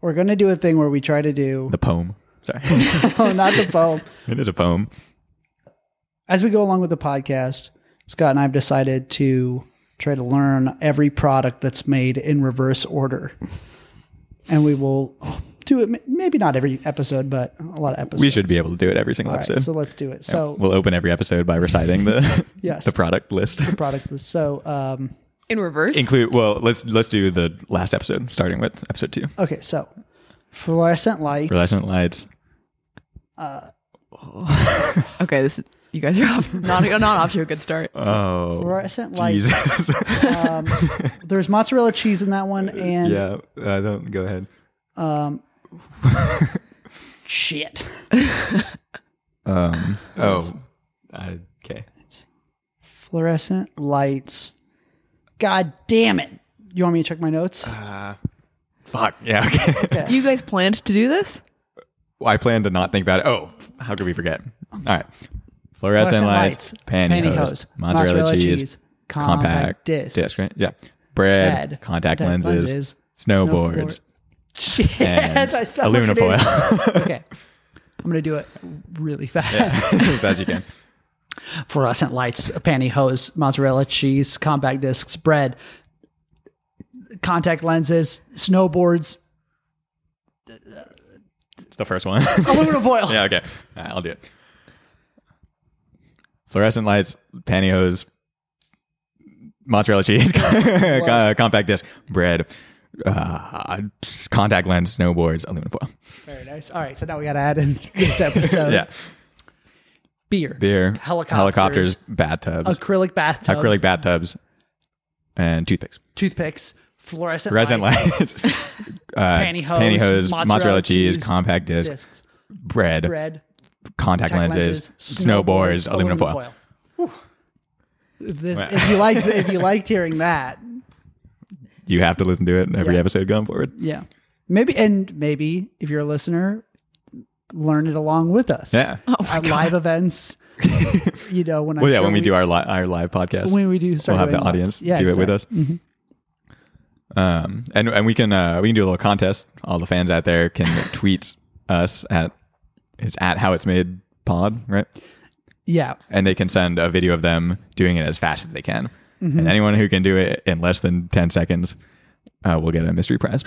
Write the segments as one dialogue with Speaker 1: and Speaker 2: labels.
Speaker 1: We're going to do a thing where we try to do,
Speaker 2: The poem. Sorry.
Speaker 1: oh, not the poem.
Speaker 2: it is a poem.
Speaker 1: As we go along with the podcast, Scott and I have decided to try to learn every product that's made in reverse order. And we will do it, m- maybe not every episode, but a lot of episodes.
Speaker 2: We should be able to do it every single
Speaker 1: All right,
Speaker 2: episode.
Speaker 1: so let's do it. So,
Speaker 2: we'll open every episode by reciting the
Speaker 1: Yes.
Speaker 2: the product list.
Speaker 1: product list. So, um,
Speaker 3: In reverse?
Speaker 2: Include well, let's let's do the last episode, starting with episode two.
Speaker 1: okay, so fluorescent lights.
Speaker 2: Fluorescent lights.
Speaker 3: okay, this is, you guys are off. Not, not off to a good start.
Speaker 2: Oh,
Speaker 1: Fluorescent lights.
Speaker 2: Jesus.
Speaker 1: Um, there's mozzarella cheese in that one, and
Speaker 2: yeah. I don't go ahead.
Speaker 1: shit.
Speaker 2: Um. Oh. I, okay.
Speaker 1: Fluorescent lights. God damn it. You want me to check my notes?
Speaker 2: Fuck. Yeah. Okay.
Speaker 3: You guys planned to do this?
Speaker 2: Well, I plan to not think about it. Oh, how could we forget? All right. Fluorescent, lights, pantyhose, mozzarella, cheese, compact, disc, right? Yeah. Bread,
Speaker 1: Bread,
Speaker 2: contact,
Speaker 1: contact
Speaker 2: lenses,
Speaker 1: lenses,
Speaker 2: snowboards,
Speaker 1: Shit.
Speaker 2: and
Speaker 1: I sound like an
Speaker 2: aluminum
Speaker 1: idiot.
Speaker 2: foil.
Speaker 1: okay. I'm going to do it really fast.
Speaker 2: as fast as you can.
Speaker 1: Fluorescent lights, pantyhose, mozzarella cheese, compact discs, bread, contact lenses, snowboards,
Speaker 2: It's the first one.
Speaker 1: aluminum foil.
Speaker 2: yeah, okay. All right, I'll do it. Fluorescent lights, pantyhose, mozzarella cheese, co- compact disc, bread, uh, contact lens, snowboards, aluminum foil.
Speaker 1: Very nice. All right, so now we got to add in this episode.
Speaker 2: Yeah.
Speaker 1: Beer.
Speaker 2: Beer,
Speaker 1: Uh, Helicopters.
Speaker 2: helicopters bathtubs,
Speaker 1: Acrylic bathtubs.
Speaker 2: acrylic bathtubs, and toothpicks.
Speaker 1: Toothpicks. Fluorescent
Speaker 2: Resin
Speaker 1: lights.
Speaker 2: lights, uh,
Speaker 1: Pantyhose,
Speaker 2: pantyhose,
Speaker 1: mozzarella
Speaker 2: mozzarella, cheese,
Speaker 1: cheese,
Speaker 2: compact disc,
Speaker 1: Discs.
Speaker 2: bread,
Speaker 1: Bread.
Speaker 2: contact
Speaker 1: contact
Speaker 2: lenses, snowboards, aluminum foil.
Speaker 1: Whew. If, this, if you liked if you liked hearing that,
Speaker 2: You have to listen to it in every
Speaker 1: Yeah.
Speaker 2: episode going forward.
Speaker 1: yeah, maybe and maybe if you're a listener, learn it along with us.
Speaker 2: Yeah.
Speaker 4: Oh
Speaker 1: at live events, you know when
Speaker 2: Well, yeah, when we, do our li- our live podcast,
Speaker 1: when we do start
Speaker 2: we'll have the
Speaker 1: doing live-
Speaker 2: audience
Speaker 1: yeah,
Speaker 2: do it with us.
Speaker 1: exactly. Mm-hmm.
Speaker 2: Um, and and we can uh, we can do a little contest. All the fans out there can tweet us at it's at how it's made pod right,
Speaker 1: yeah,
Speaker 2: and they can send a video of them doing it as fast as they can.
Speaker 1: Mm-hmm.
Speaker 2: And anyone who can do it in less than ten seconds uh, will get a mystery prize,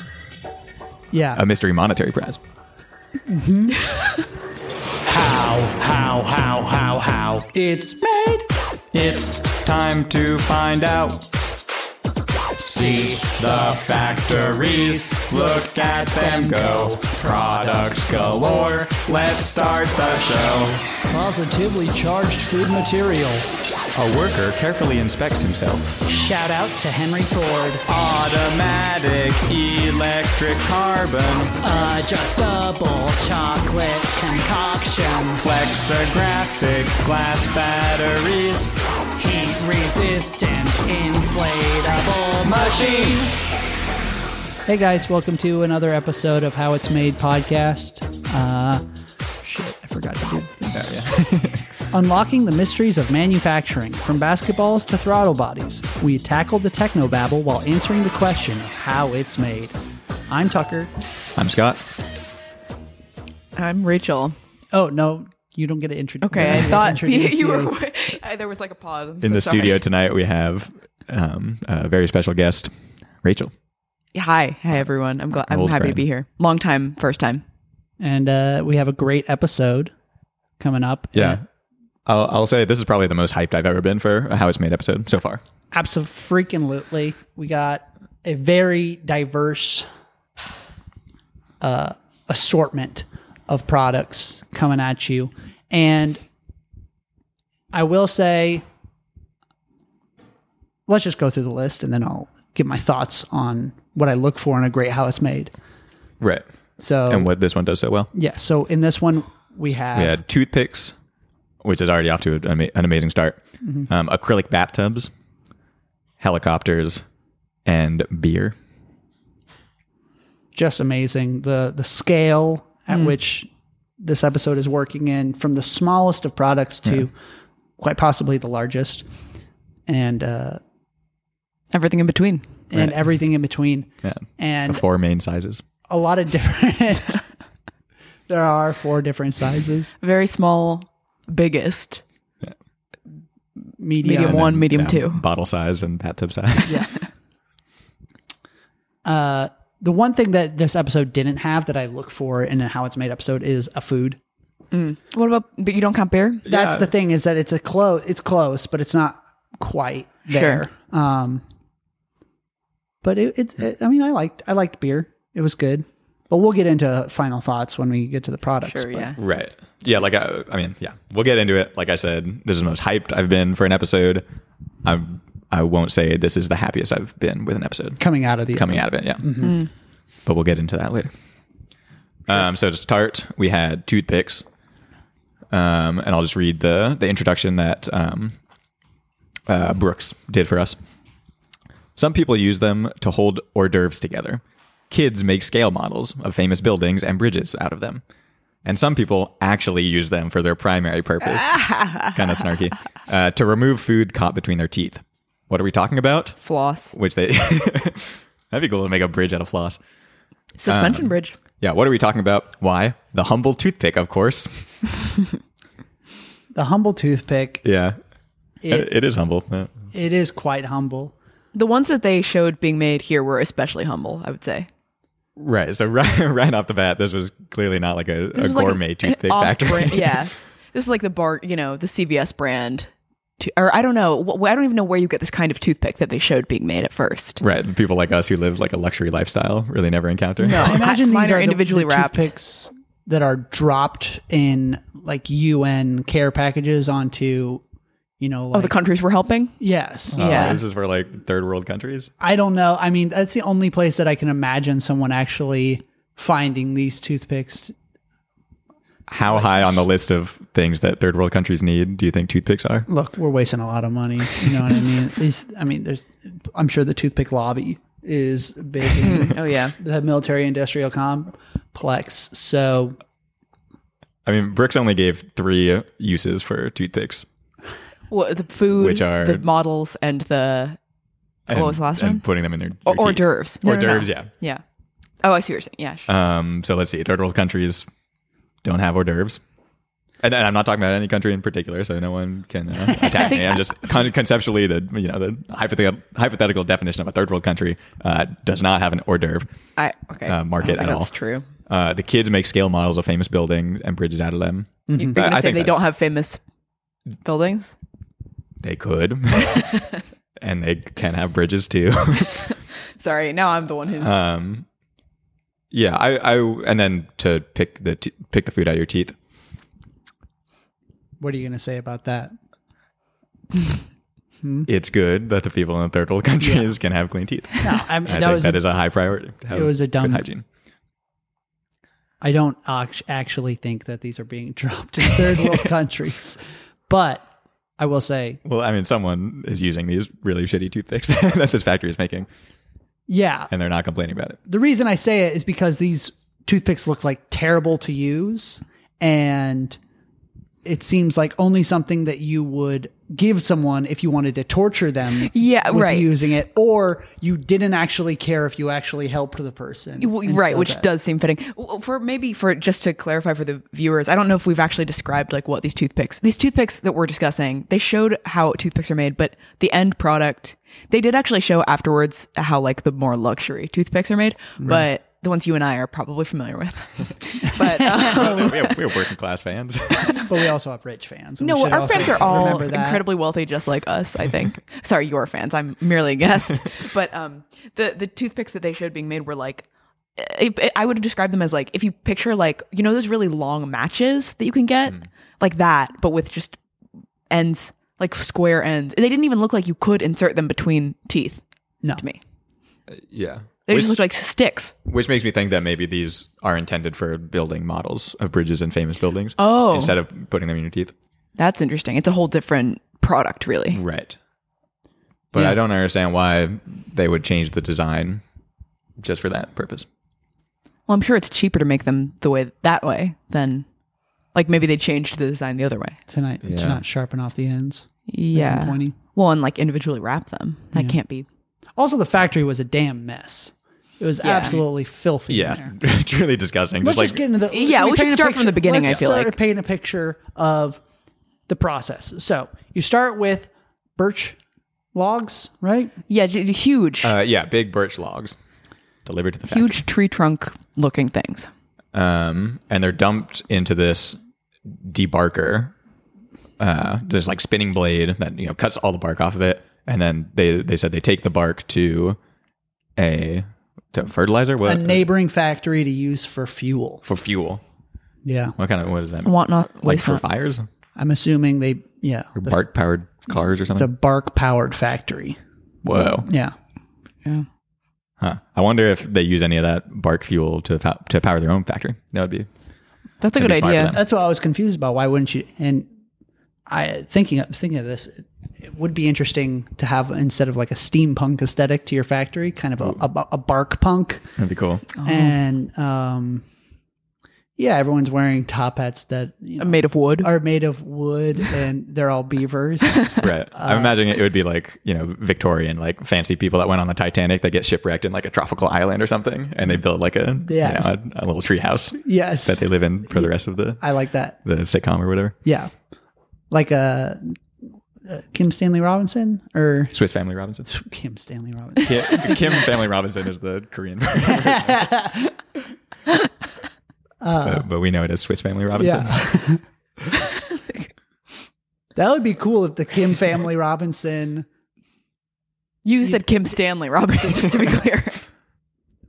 Speaker 1: yeah.
Speaker 2: a mystery monetary prize.
Speaker 5: How, how, how, how, how. It's made.
Speaker 2: It's time to find out.
Speaker 5: See the factories. Look at them go. Products galore. Let's start the show.
Speaker 4: Positively charged food material.
Speaker 2: A worker carefully inspects himself.
Speaker 4: Shout out to Henry Ford.
Speaker 5: Automatic electric carbon.
Speaker 4: Adjustable chocolate concoction.
Speaker 5: Flexographic glass batteries.
Speaker 4: Heat resistant inflatable machine.
Speaker 1: Hey guys, welcome to another episode of How It's Made podcast. Uh, shit, I forgot to do. Unlocking the mysteries of manufacturing, from basketballs to throttle bodies, we tackle the technobabble while answering the question of how it's made. I'm Tucker.
Speaker 2: I'm Scott.
Speaker 3: I'm Rachel.
Speaker 1: Oh no, you don't get to introduce.
Speaker 3: Okay, I
Speaker 1: don't get to
Speaker 3: thought you,
Speaker 1: introduce you.
Speaker 3: were. I, there was like a pause. I'm
Speaker 2: In
Speaker 3: so
Speaker 2: the
Speaker 3: sorry.
Speaker 2: studio tonight, we have um, a very special guest, Rachel.
Speaker 3: Hi, hi everyone. I'm glad. I'm
Speaker 2: Old
Speaker 3: happy to
Speaker 2: friend.
Speaker 3: be here. Long time, first time.
Speaker 1: and uh, we have a great episode coming up.
Speaker 2: Yeah. I'll, I'll say this is probably the most hyped I've ever been for a How It's Made episode so far.
Speaker 1: Absolutely. We got a very diverse uh, assortment of products coming at you. And I will say, let's just go through the list and then I'll give my thoughts on what I look for in a great how it's made.
Speaker 2: Right.
Speaker 1: So,
Speaker 2: And what this one does so well.
Speaker 1: yeah. So in this one, we have,
Speaker 2: We had toothpicks, which is already off to an, ama- an amazing start, um, acrylic bathtubs, helicopters, and beer.
Speaker 1: just amazing the the scale at which this episode is working in from the smallest of products to quite possibly the largest and uh
Speaker 3: Everything in between.
Speaker 1: and everything in between
Speaker 2: Yeah.
Speaker 1: and
Speaker 2: Four main sizes.
Speaker 1: a lot of different. there are four different sizes:
Speaker 3: Very small, biggest,
Speaker 1: medium,
Speaker 3: medium one,
Speaker 2: then,
Speaker 3: medium
Speaker 2: yeah,
Speaker 3: two.
Speaker 2: Bottle size and bathtub size.
Speaker 1: Yeah. Uh, the one thing that this episode didn't have that I look for in a how it's made episode is a food.
Speaker 3: What about? But you don't count beer.
Speaker 1: That's
Speaker 2: Yeah.
Speaker 1: the thing is that it's a close. It's close, but it's not quite there. Um, but it, it's. It, I mean, I liked. I liked beer. It was good. But we'll get into final thoughts when we get to the products.
Speaker 3: Sure,
Speaker 1: but
Speaker 3: yeah.
Speaker 2: Right. Yeah. Like I, I mean, yeah. We'll get into it. Like I said, this is the most hyped I've been for an episode. I I won't say this is the happiest I've been with an episode
Speaker 1: Coming out of the
Speaker 2: coming out of it. Yeah. But we'll get into that later. Um, so to start, we had toothpicks, um, and I'll just read the the introduction that um, uh, Brooks did for us. Some people use them to hold hors d'oeuvres together. Kids make scale models of famous buildings and bridges out of them. And some people actually use them for their primary purpose. kind of snarky. Uh, to remove food caught between their teeth. What are we talking about?
Speaker 3: Floss.
Speaker 2: Which they. that'd be cool to make a bridge out of floss.
Speaker 3: Suspension bridge.
Speaker 2: Yeah, what are we talking about? Why? The humble toothpick, of course.
Speaker 1: the humble toothpick.
Speaker 2: Yeah.
Speaker 1: It-
Speaker 2: it is humble. Yeah.
Speaker 1: It is quite humble.
Speaker 3: The ones that they showed being made here were especially humble. I would say.
Speaker 2: Right. So right, right off the bat, this was clearly not like a,
Speaker 3: This
Speaker 2: a
Speaker 3: was like
Speaker 2: gourmet
Speaker 3: an
Speaker 2: toothpick
Speaker 3: off
Speaker 2: factory.
Speaker 3: brand- yeah, this is like the bar, you know, the CVS brand, to, or I don't know, wh- I don't even know where you get this kind of toothpick that they showed being made at first.
Speaker 2: Right. The people like us who live like a luxury lifestyle really never encounter. Uh,
Speaker 1: I imagine
Speaker 3: mine
Speaker 1: these
Speaker 3: are
Speaker 1: are, individually
Speaker 3: individually
Speaker 1: the, the
Speaker 3: wrapped.
Speaker 1: toothpicks that are dropped in like UN care packages onto, you know, like
Speaker 3: Oh, the countries we're helping.
Speaker 1: yes.
Speaker 2: Uh,
Speaker 3: yeah.
Speaker 2: This is for like third world countries.
Speaker 1: I don't know. I mean, that's the only place that I can imagine someone actually finding these toothpicks.
Speaker 2: How high on the list of things that third world countries need do you think toothpicks are?
Speaker 1: Look, we're wasting a lot of money. You know what I mean? These, I mean, there's. I'm sure the toothpick lobby is big in
Speaker 3: Oh yeah,
Speaker 1: the military-industrial complex. So
Speaker 2: I mean, Brooks only gave three uses for toothpicks.
Speaker 3: well, the food,
Speaker 2: Which are-
Speaker 3: the models, and the
Speaker 2: And,
Speaker 3: was the last
Speaker 2: and one? Putting them in their,
Speaker 3: or,
Speaker 2: their
Speaker 3: hors
Speaker 2: teeth.
Speaker 3: d'oeuvres.
Speaker 2: Hors d'oeuvres, yeah.
Speaker 3: yeah. Oh, I see what you're saying. Yeah, sure.
Speaker 2: Um, so let's see. Third world countries don't have hors d'oeuvres. And, and I'm not talking about any country in particular, so no one can uh, attack me. I'm just con- conceptually the you know the hypothetical, hypothetical definition of a third word country uh, does not have an hors d'oeuvre.
Speaker 3: I okay.
Speaker 2: uh, market
Speaker 3: I don't think
Speaker 2: at all.
Speaker 3: That's true.
Speaker 2: Uh, the kids make scale models of famous buildings and bridges out of them.
Speaker 3: You're gonna
Speaker 2: Mm-hmm. I
Speaker 3: say
Speaker 2: think
Speaker 3: they
Speaker 2: that's-
Speaker 3: don't have famous buildings.
Speaker 2: They could, and they can have bridges too.
Speaker 3: Sorry, now I'm the one who's
Speaker 2: um, yeah, I, I and then to pick the t- pick the food out of your teeth.
Speaker 1: what are you going to say about that?
Speaker 2: It's good that the people in the third world countries can have clean teeth.
Speaker 1: No, I mean, that
Speaker 2: I think
Speaker 1: was
Speaker 2: that
Speaker 1: a-
Speaker 2: is a high priority. to have
Speaker 1: it was a
Speaker 2: good
Speaker 1: dumb-
Speaker 2: hygiene.
Speaker 1: I don't ac- actually think that these are being dropped in third world countries, but I will say,
Speaker 2: Well, I mean, someone is using these really shitty toothpicks that this factory is making,
Speaker 1: yeah,
Speaker 2: and they're not complaining about it.
Speaker 1: the reason I say it is because these toothpicks look like terrible to use, and it seems like only something that you would give someone if you wanted to torture them.
Speaker 3: Yeah,
Speaker 1: with
Speaker 3: right.
Speaker 1: Using it, or you didn't actually care if you actually helped the person,
Speaker 3: W-
Speaker 1: And
Speaker 3: right
Speaker 1: so
Speaker 3: which
Speaker 1: that-
Speaker 3: does seem fitting W- for maybe for just to clarify for the viewers i don't know if we've actually described like what these toothpicks these toothpicks that we're discussing they showed how toothpicks are made but the end product they did actually show afterwards how like the more luxury toothpicks are made but the ones you and i are probably familiar with but um,
Speaker 2: we, have, we have working class fans.
Speaker 1: But we also have rich fans. and we
Speaker 3: no
Speaker 1: should
Speaker 3: our
Speaker 1: also
Speaker 3: friends are all
Speaker 1: remember that.
Speaker 3: incredibly wealthy just like us i think sorry your fans i'm merely a guest but um the the toothpicks that they showed being made were like I- I- I would describe them as like if you picture like you know those really long matches that you can get
Speaker 1: Hmm.
Speaker 3: like that, but with just ends like square ends. They didn't even look like you could insert them between teeth
Speaker 1: No.
Speaker 3: to me.
Speaker 2: yeah,
Speaker 3: They
Speaker 2: which,
Speaker 3: just looked like sticks.
Speaker 2: which makes me think that maybe these are intended for building models of bridges and famous buildings.
Speaker 3: Oh.
Speaker 2: instead of putting them in your teeth,
Speaker 3: That's interesting. It's a whole different product, really.
Speaker 2: right? But I don't understand why they would change the design just for that purpose.
Speaker 3: Well, I'm sure it's cheaper to make them the way that way than like maybe they changed the design the other way.
Speaker 1: tonight to not sharpen off the ends.
Speaker 3: Yeah.
Speaker 1: pointy.
Speaker 3: Well, and like individually wrap them. That can't be.
Speaker 1: Also, the factory was a damn mess. It was absolutely filthy. in
Speaker 2: Yeah,
Speaker 1: there.
Speaker 2: truly disgusting.
Speaker 1: Let's
Speaker 2: just like
Speaker 1: just get into the.
Speaker 3: Yeah,
Speaker 1: let me
Speaker 3: we should
Speaker 1: paint a
Speaker 3: start from the
Speaker 1: picture-
Speaker 3: beginning,
Speaker 1: let's
Speaker 3: I feel
Speaker 1: start
Speaker 3: like.
Speaker 1: to paint a picture of the process. So you start with birch logs, right?
Speaker 3: Yeah, j- j- huge,
Speaker 2: uh, yeah, big birch logs delivered to the factory.
Speaker 3: huge tree trunk looking things.
Speaker 2: um, and they're dumped into this debarker. Uh, this like spinning blade that you know cuts all the bark off of it, and then they they said they take the bark to a to fertilizer
Speaker 1: A
Speaker 2: what
Speaker 1: neighboring factory to use for fuel.
Speaker 2: for fuel.
Speaker 1: Yeah,
Speaker 2: What kind of what is that?
Speaker 3: Want not
Speaker 2: like
Speaker 3: waste
Speaker 2: for
Speaker 3: not.
Speaker 2: fires,
Speaker 1: I'm assuming they. Yeah,
Speaker 2: or
Speaker 1: the-
Speaker 2: bark powered cars or
Speaker 1: it's a
Speaker 2: something.
Speaker 1: bark powered factory.
Speaker 2: Whoa,
Speaker 1: Yeah,
Speaker 2: huh? I wonder if they use any of that bark fuel to fa- to power their own factory. That would be
Speaker 3: That's a
Speaker 2: That'd
Speaker 3: good
Speaker 2: be smart for them.
Speaker 1: that's what I was confused about. Why wouldn't you? And I thinking thinking of this, it would be interesting to have instead of like a steampunk aesthetic to your factory, kind of a, a, a bark punk.
Speaker 2: that'd be cool.
Speaker 1: and um, yeah, everyone's wearing top hats that you know,
Speaker 3: idea. Uh, Made of wood.
Speaker 1: are made of wood, and they're all beavers.
Speaker 2: Right.
Speaker 1: Uh,
Speaker 2: I'm imagining it would be like, you know, Victorian, like fancy people that went on the Titanic that get shipwrecked in like a tropical island or something. And they build like a,
Speaker 1: Yes.
Speaker 2: you know, a, a little tree house that
Speaker 1: yes,
Speaker 2: they live in for the rest of the,
Speaker 1: I like that.
Speaker 2: the sitcom or whatever.
Speaker 1: Yeah, like a. Uh, Kim Stanley Robinson or
Speaker 2: Swiss Family Robinson.
Speaker 1: Kim Stanley Robinson.
Speaker 2: Kim, Kim Family Robinson is the Korean. but, but we know it as Swiss Family Robinson.
Speaker 1: Uh, Yeah. that would be cool if the Kim Family Robinson,
Speaker 3: you said Kim Stanley Robinson, just to be clear.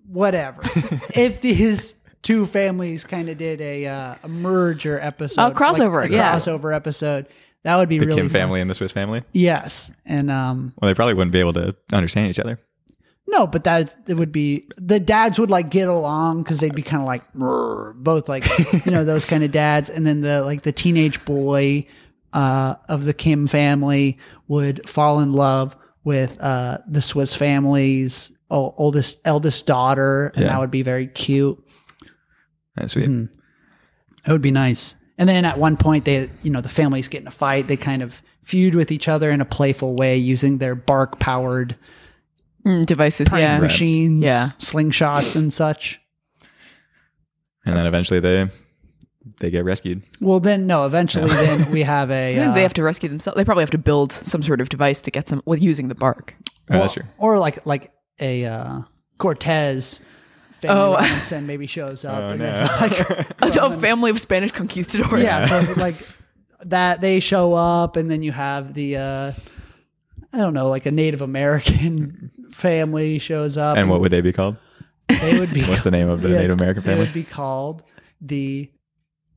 Speaker 1: whatever. if these two families kind of did a, uh, a merger episode,
Speaker 3: Oh,
Speaker 1: like
Speaker 3: crossover,
Speaker 1: a
Speaker 3: yeah.
Speaker 1: crossover episode, that would be
Speaker 2: The
Speaker 1: really
Speaker 2: Kim
Speaker 1: fun.
Speaker 2: family and the Swiss family.
Speaker 1: Yes, and um,
Speaker 2: Well, they probably wouldn't be able to understand each other.
Speaker 1: no, but that it would be the dads would like get along because they'd be kind of like "Rrr," both like you know those kind of dads, and then the like the teenage boy uh, of the Kim family would fall in love with uh, the Swiss family's o- oldest eldest daughter, and
Speaker 2: Yeah.
Speaker 1: that would be very cute.
Speaker 2: That's sweet.
Speaker 1: Mm-hmm. It would be nice. And then at one point, they, you know, the families get in a fight. They kind of feud with each other in a playful way using their bark powered
Speaker 3: Mm, devices, yeah.
Speaker 1: machines,
Speaker 3: Yeah.
Speaker 1: slingshots, and such.
Speaker 2: And then eventually they, they get rescued. Oh,
Speaker 1: Well, then, no, eventually, then we have a. Uh,
Speaker 3: They have to rescue themselves. They probably have to build some sort of device that gets them with using the bark.
Speaker 2: Oh, that's true.
Speaker 1: uh, Or like like a uh, Cortez family
Speaker 3: Oh.
Speaker 1: Robinson maybe shows up. and
Speaker 2: Oh, no.
Speaker 1: it's like,
Speaker 3: a family of Spanish conquistadors.
Speaker 1: yeah, so like that they show up, and then you have the. Uh, I don't know, like a Native American family shows up.
Speaker 2: And what would they be called?
Speaker 1: they would be
Speaker 2: What's the name of the
Speaker 1: Yes,
Speaker 2: Native American
Speaker 1: They
Speaker 2: family?
Speaker 1: would be called the.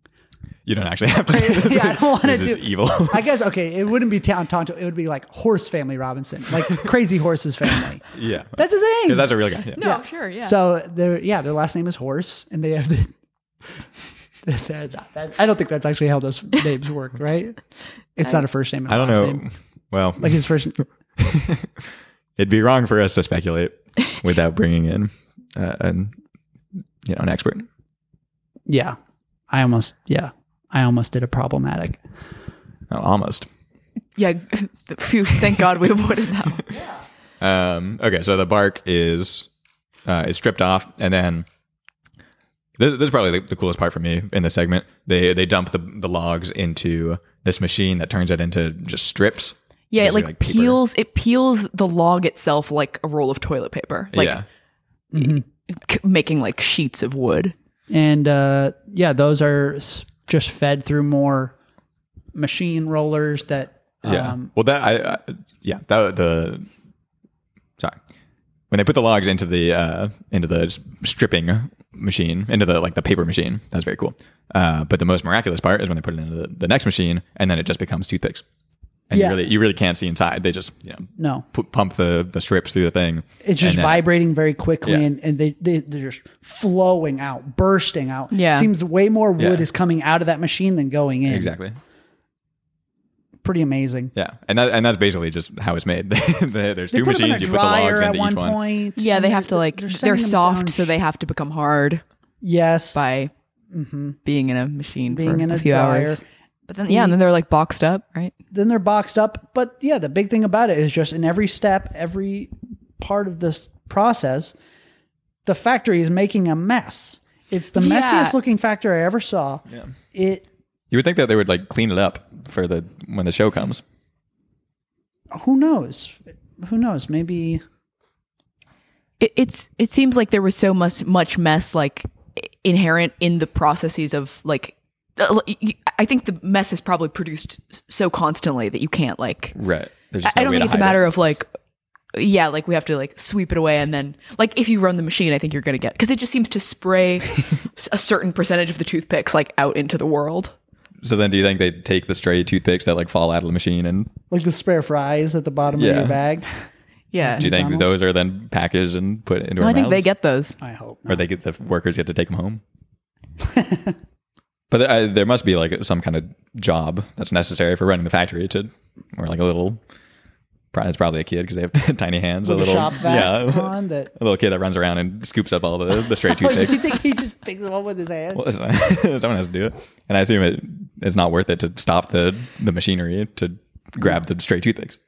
Speaker 2: you don't actually have to. do this.
Speaker 1: Yeah, I don't want to
Speaker 2: This is
Speaker 1: do.
Speaker 2: evil.
Speaker 1: I guess okay, it wouldn't be Town Tonto. It would be like Horse Family Robinson, like Crazy Horse's family.
Speaker 2: yeah,
Speaker 1: That's his name.
Speaker 2: because that's a real guy. Yeah.
Speaker 3: No, sure, yeah.
Speaker 1: So their yeah, their last name is Horse, and they have the. that- that- I don't think that's actually how those names work, right? It's not a first name. And
Speaker 2: I
Speaker 1: a
Speaker 2: don't
Speaker 1: last
Speaker 2: know.
Speaker 1: Name.
Speaker 2: Well,
Speaker 1: Like his first.
Speaker 2: it'd be wrong for us to speculate without bringing in uh, an you know an expert.
Speaker 1: Yeah, I almost yeah, I almost did a problematic.
Speaker 2: Oh, almost.
Speaker 3: Yeah, phew, thank God we avoided that one.
Speaker 2: Um, okay, so the bark is uh, is stripped off, and then this, this is probably the, the coolest part for me in this segment. They they dump the the logs into this machine that turns it into just strips.
Speaker 3: Yeah, it
Speaker 2: Basically,
Speaker 3: like,
Speaker 2: paper.
Speaker 3: peels it peels the log itself like a roll of toilet paper. Like
Speaker 2: yeah,
Speaker 3: c- making like sheets of wood.
Speaker 1: and uh, yeah, those are s- just fed through more machine rollers that. Um,
Speaker 2: Yeah. well, that I, I yeah that the sorry when they put the logs into the uh, into the s- stripping machine into the like the paper machine that's very cool. Uh, but the most miraculous part is when they put it into the, the next machine and then it just becomes toothpicks. And
Speaker 1: Yeah.
Speaker 2: you really you really can't see inside. They just you know
Speaker 1: No,
Speaker 2: pu- pump the the strips through the thing.
Speaker 1: it's just
Speaker 2: and then-
Speaker 1: vibrating very quickly,
Speaker 2: Yeah.
Speaker 1: and, and they, they they're just flowing out, bursting out.
Speaker 3: Yeah.
Speaker 1: seems way more wood
Speaker 2: Yeah.
Speaker 1: is coming out of that machine than going in.
Speaker 2: Exactly.
Speaker 1: pretty amazing.
Speaker 2: Yeah, and that and that's basically just how it's made. There- There's
Speaker 1: They
Speaker 2: two
Speaker 1: put them in a
Speaker 2: machines. You put the logs
Speaker 1: dryer at
Speaker 2: into
Speaker 1: one
Speaker 2: each one.
Speaker 1: point.
Speaker 3: Yeah,
Speaker 1: and
Speaker 3: they have to like they're,
Speaker 1: sending them
Speaker 3: soft,
Speaker 1: down
Speaker 3: so they have to become hard
Speaker 1: yes
Speaker 3: by being in a machine
Speaker 1: Mm-hmm. being
Speaker 3: for
Speaker 1: in a,
Speaker 3: a few
Speaker 1: dryer.
Speaker 3: hours. But then yeah, and then they're like boxed up, right?
Speaker 1: Then they're boxed up, but yeah, the big thing about it is just in every step, every part of this process, the factory is making a mess. It's the
Speaker 3: Yeah.
Speaker 1: messiest looking factory I ever saw. It
Speaker 2: You would think that they would like clean it up for the when the show comes.
Speaker 1: who knows? Who knows? Maybe
Speaker 3: it, it's it seems like there was so much much mess like i- inherent in the processes of like uh, I think the mess is probably produced so constantly that you can't like
Speaker 2: Right. There's
Speaker 3: I
Speaker 2: no
Speaker 3: I don't
Speaker 2: way
Speaker 3: think
Speaker 2: to
Speaker 3: it's a
Speaker 2: hide
Speaker 3: matter
Speaker 2: it.
Speaker 3: of like yeah like we have to like sweep it away and then like if you run the machine I think you're gonna get because it just seems to spray s- a certain percentage of the toothpicks like out into the world
Speaker 2: So then, do you think they take the stray toothpicks that like fall out of the machine, and
Speaker 1: like the spare fries at the bottom of
Speaker 2: Yeah.
Speaker 1: your bag.
Speaker 3: yeah
Speaker 2: do you think
Speaker 1: McDonald's?
Speaker 2: those are then packaged and put into?
Speaker 3: No,
Speaker 2: our
Speaker 3: I think they
Speaker 2: mouths?
Speaker 3: get those
Speaker 1: I hope. Not.
Speaker 2: or they get the workers get to take them home. but there, I, there must be like some kind of job that's necessary for running the factory to, or like a little. pro- It's probably a kid because they have tiny hands.
Speaker 1: With
Speaker 2: a little,
Speaker 1: shop vac
Speaker 2: yeah,
Speaker 1: on that.
Speaker 2: a little kid that runs around and scoops up all the the
Speaker 3: Oh,
Speaker 2: stray
Speaker 1: Like, you
Speaker 2: toothpicks.
Speaker 1: think he just picks them up with his hands?
Speaker 2: Well, it's- Someone has to do it, and I assume it it's not worth it to stop the the machinery to grab the stray toothpicks.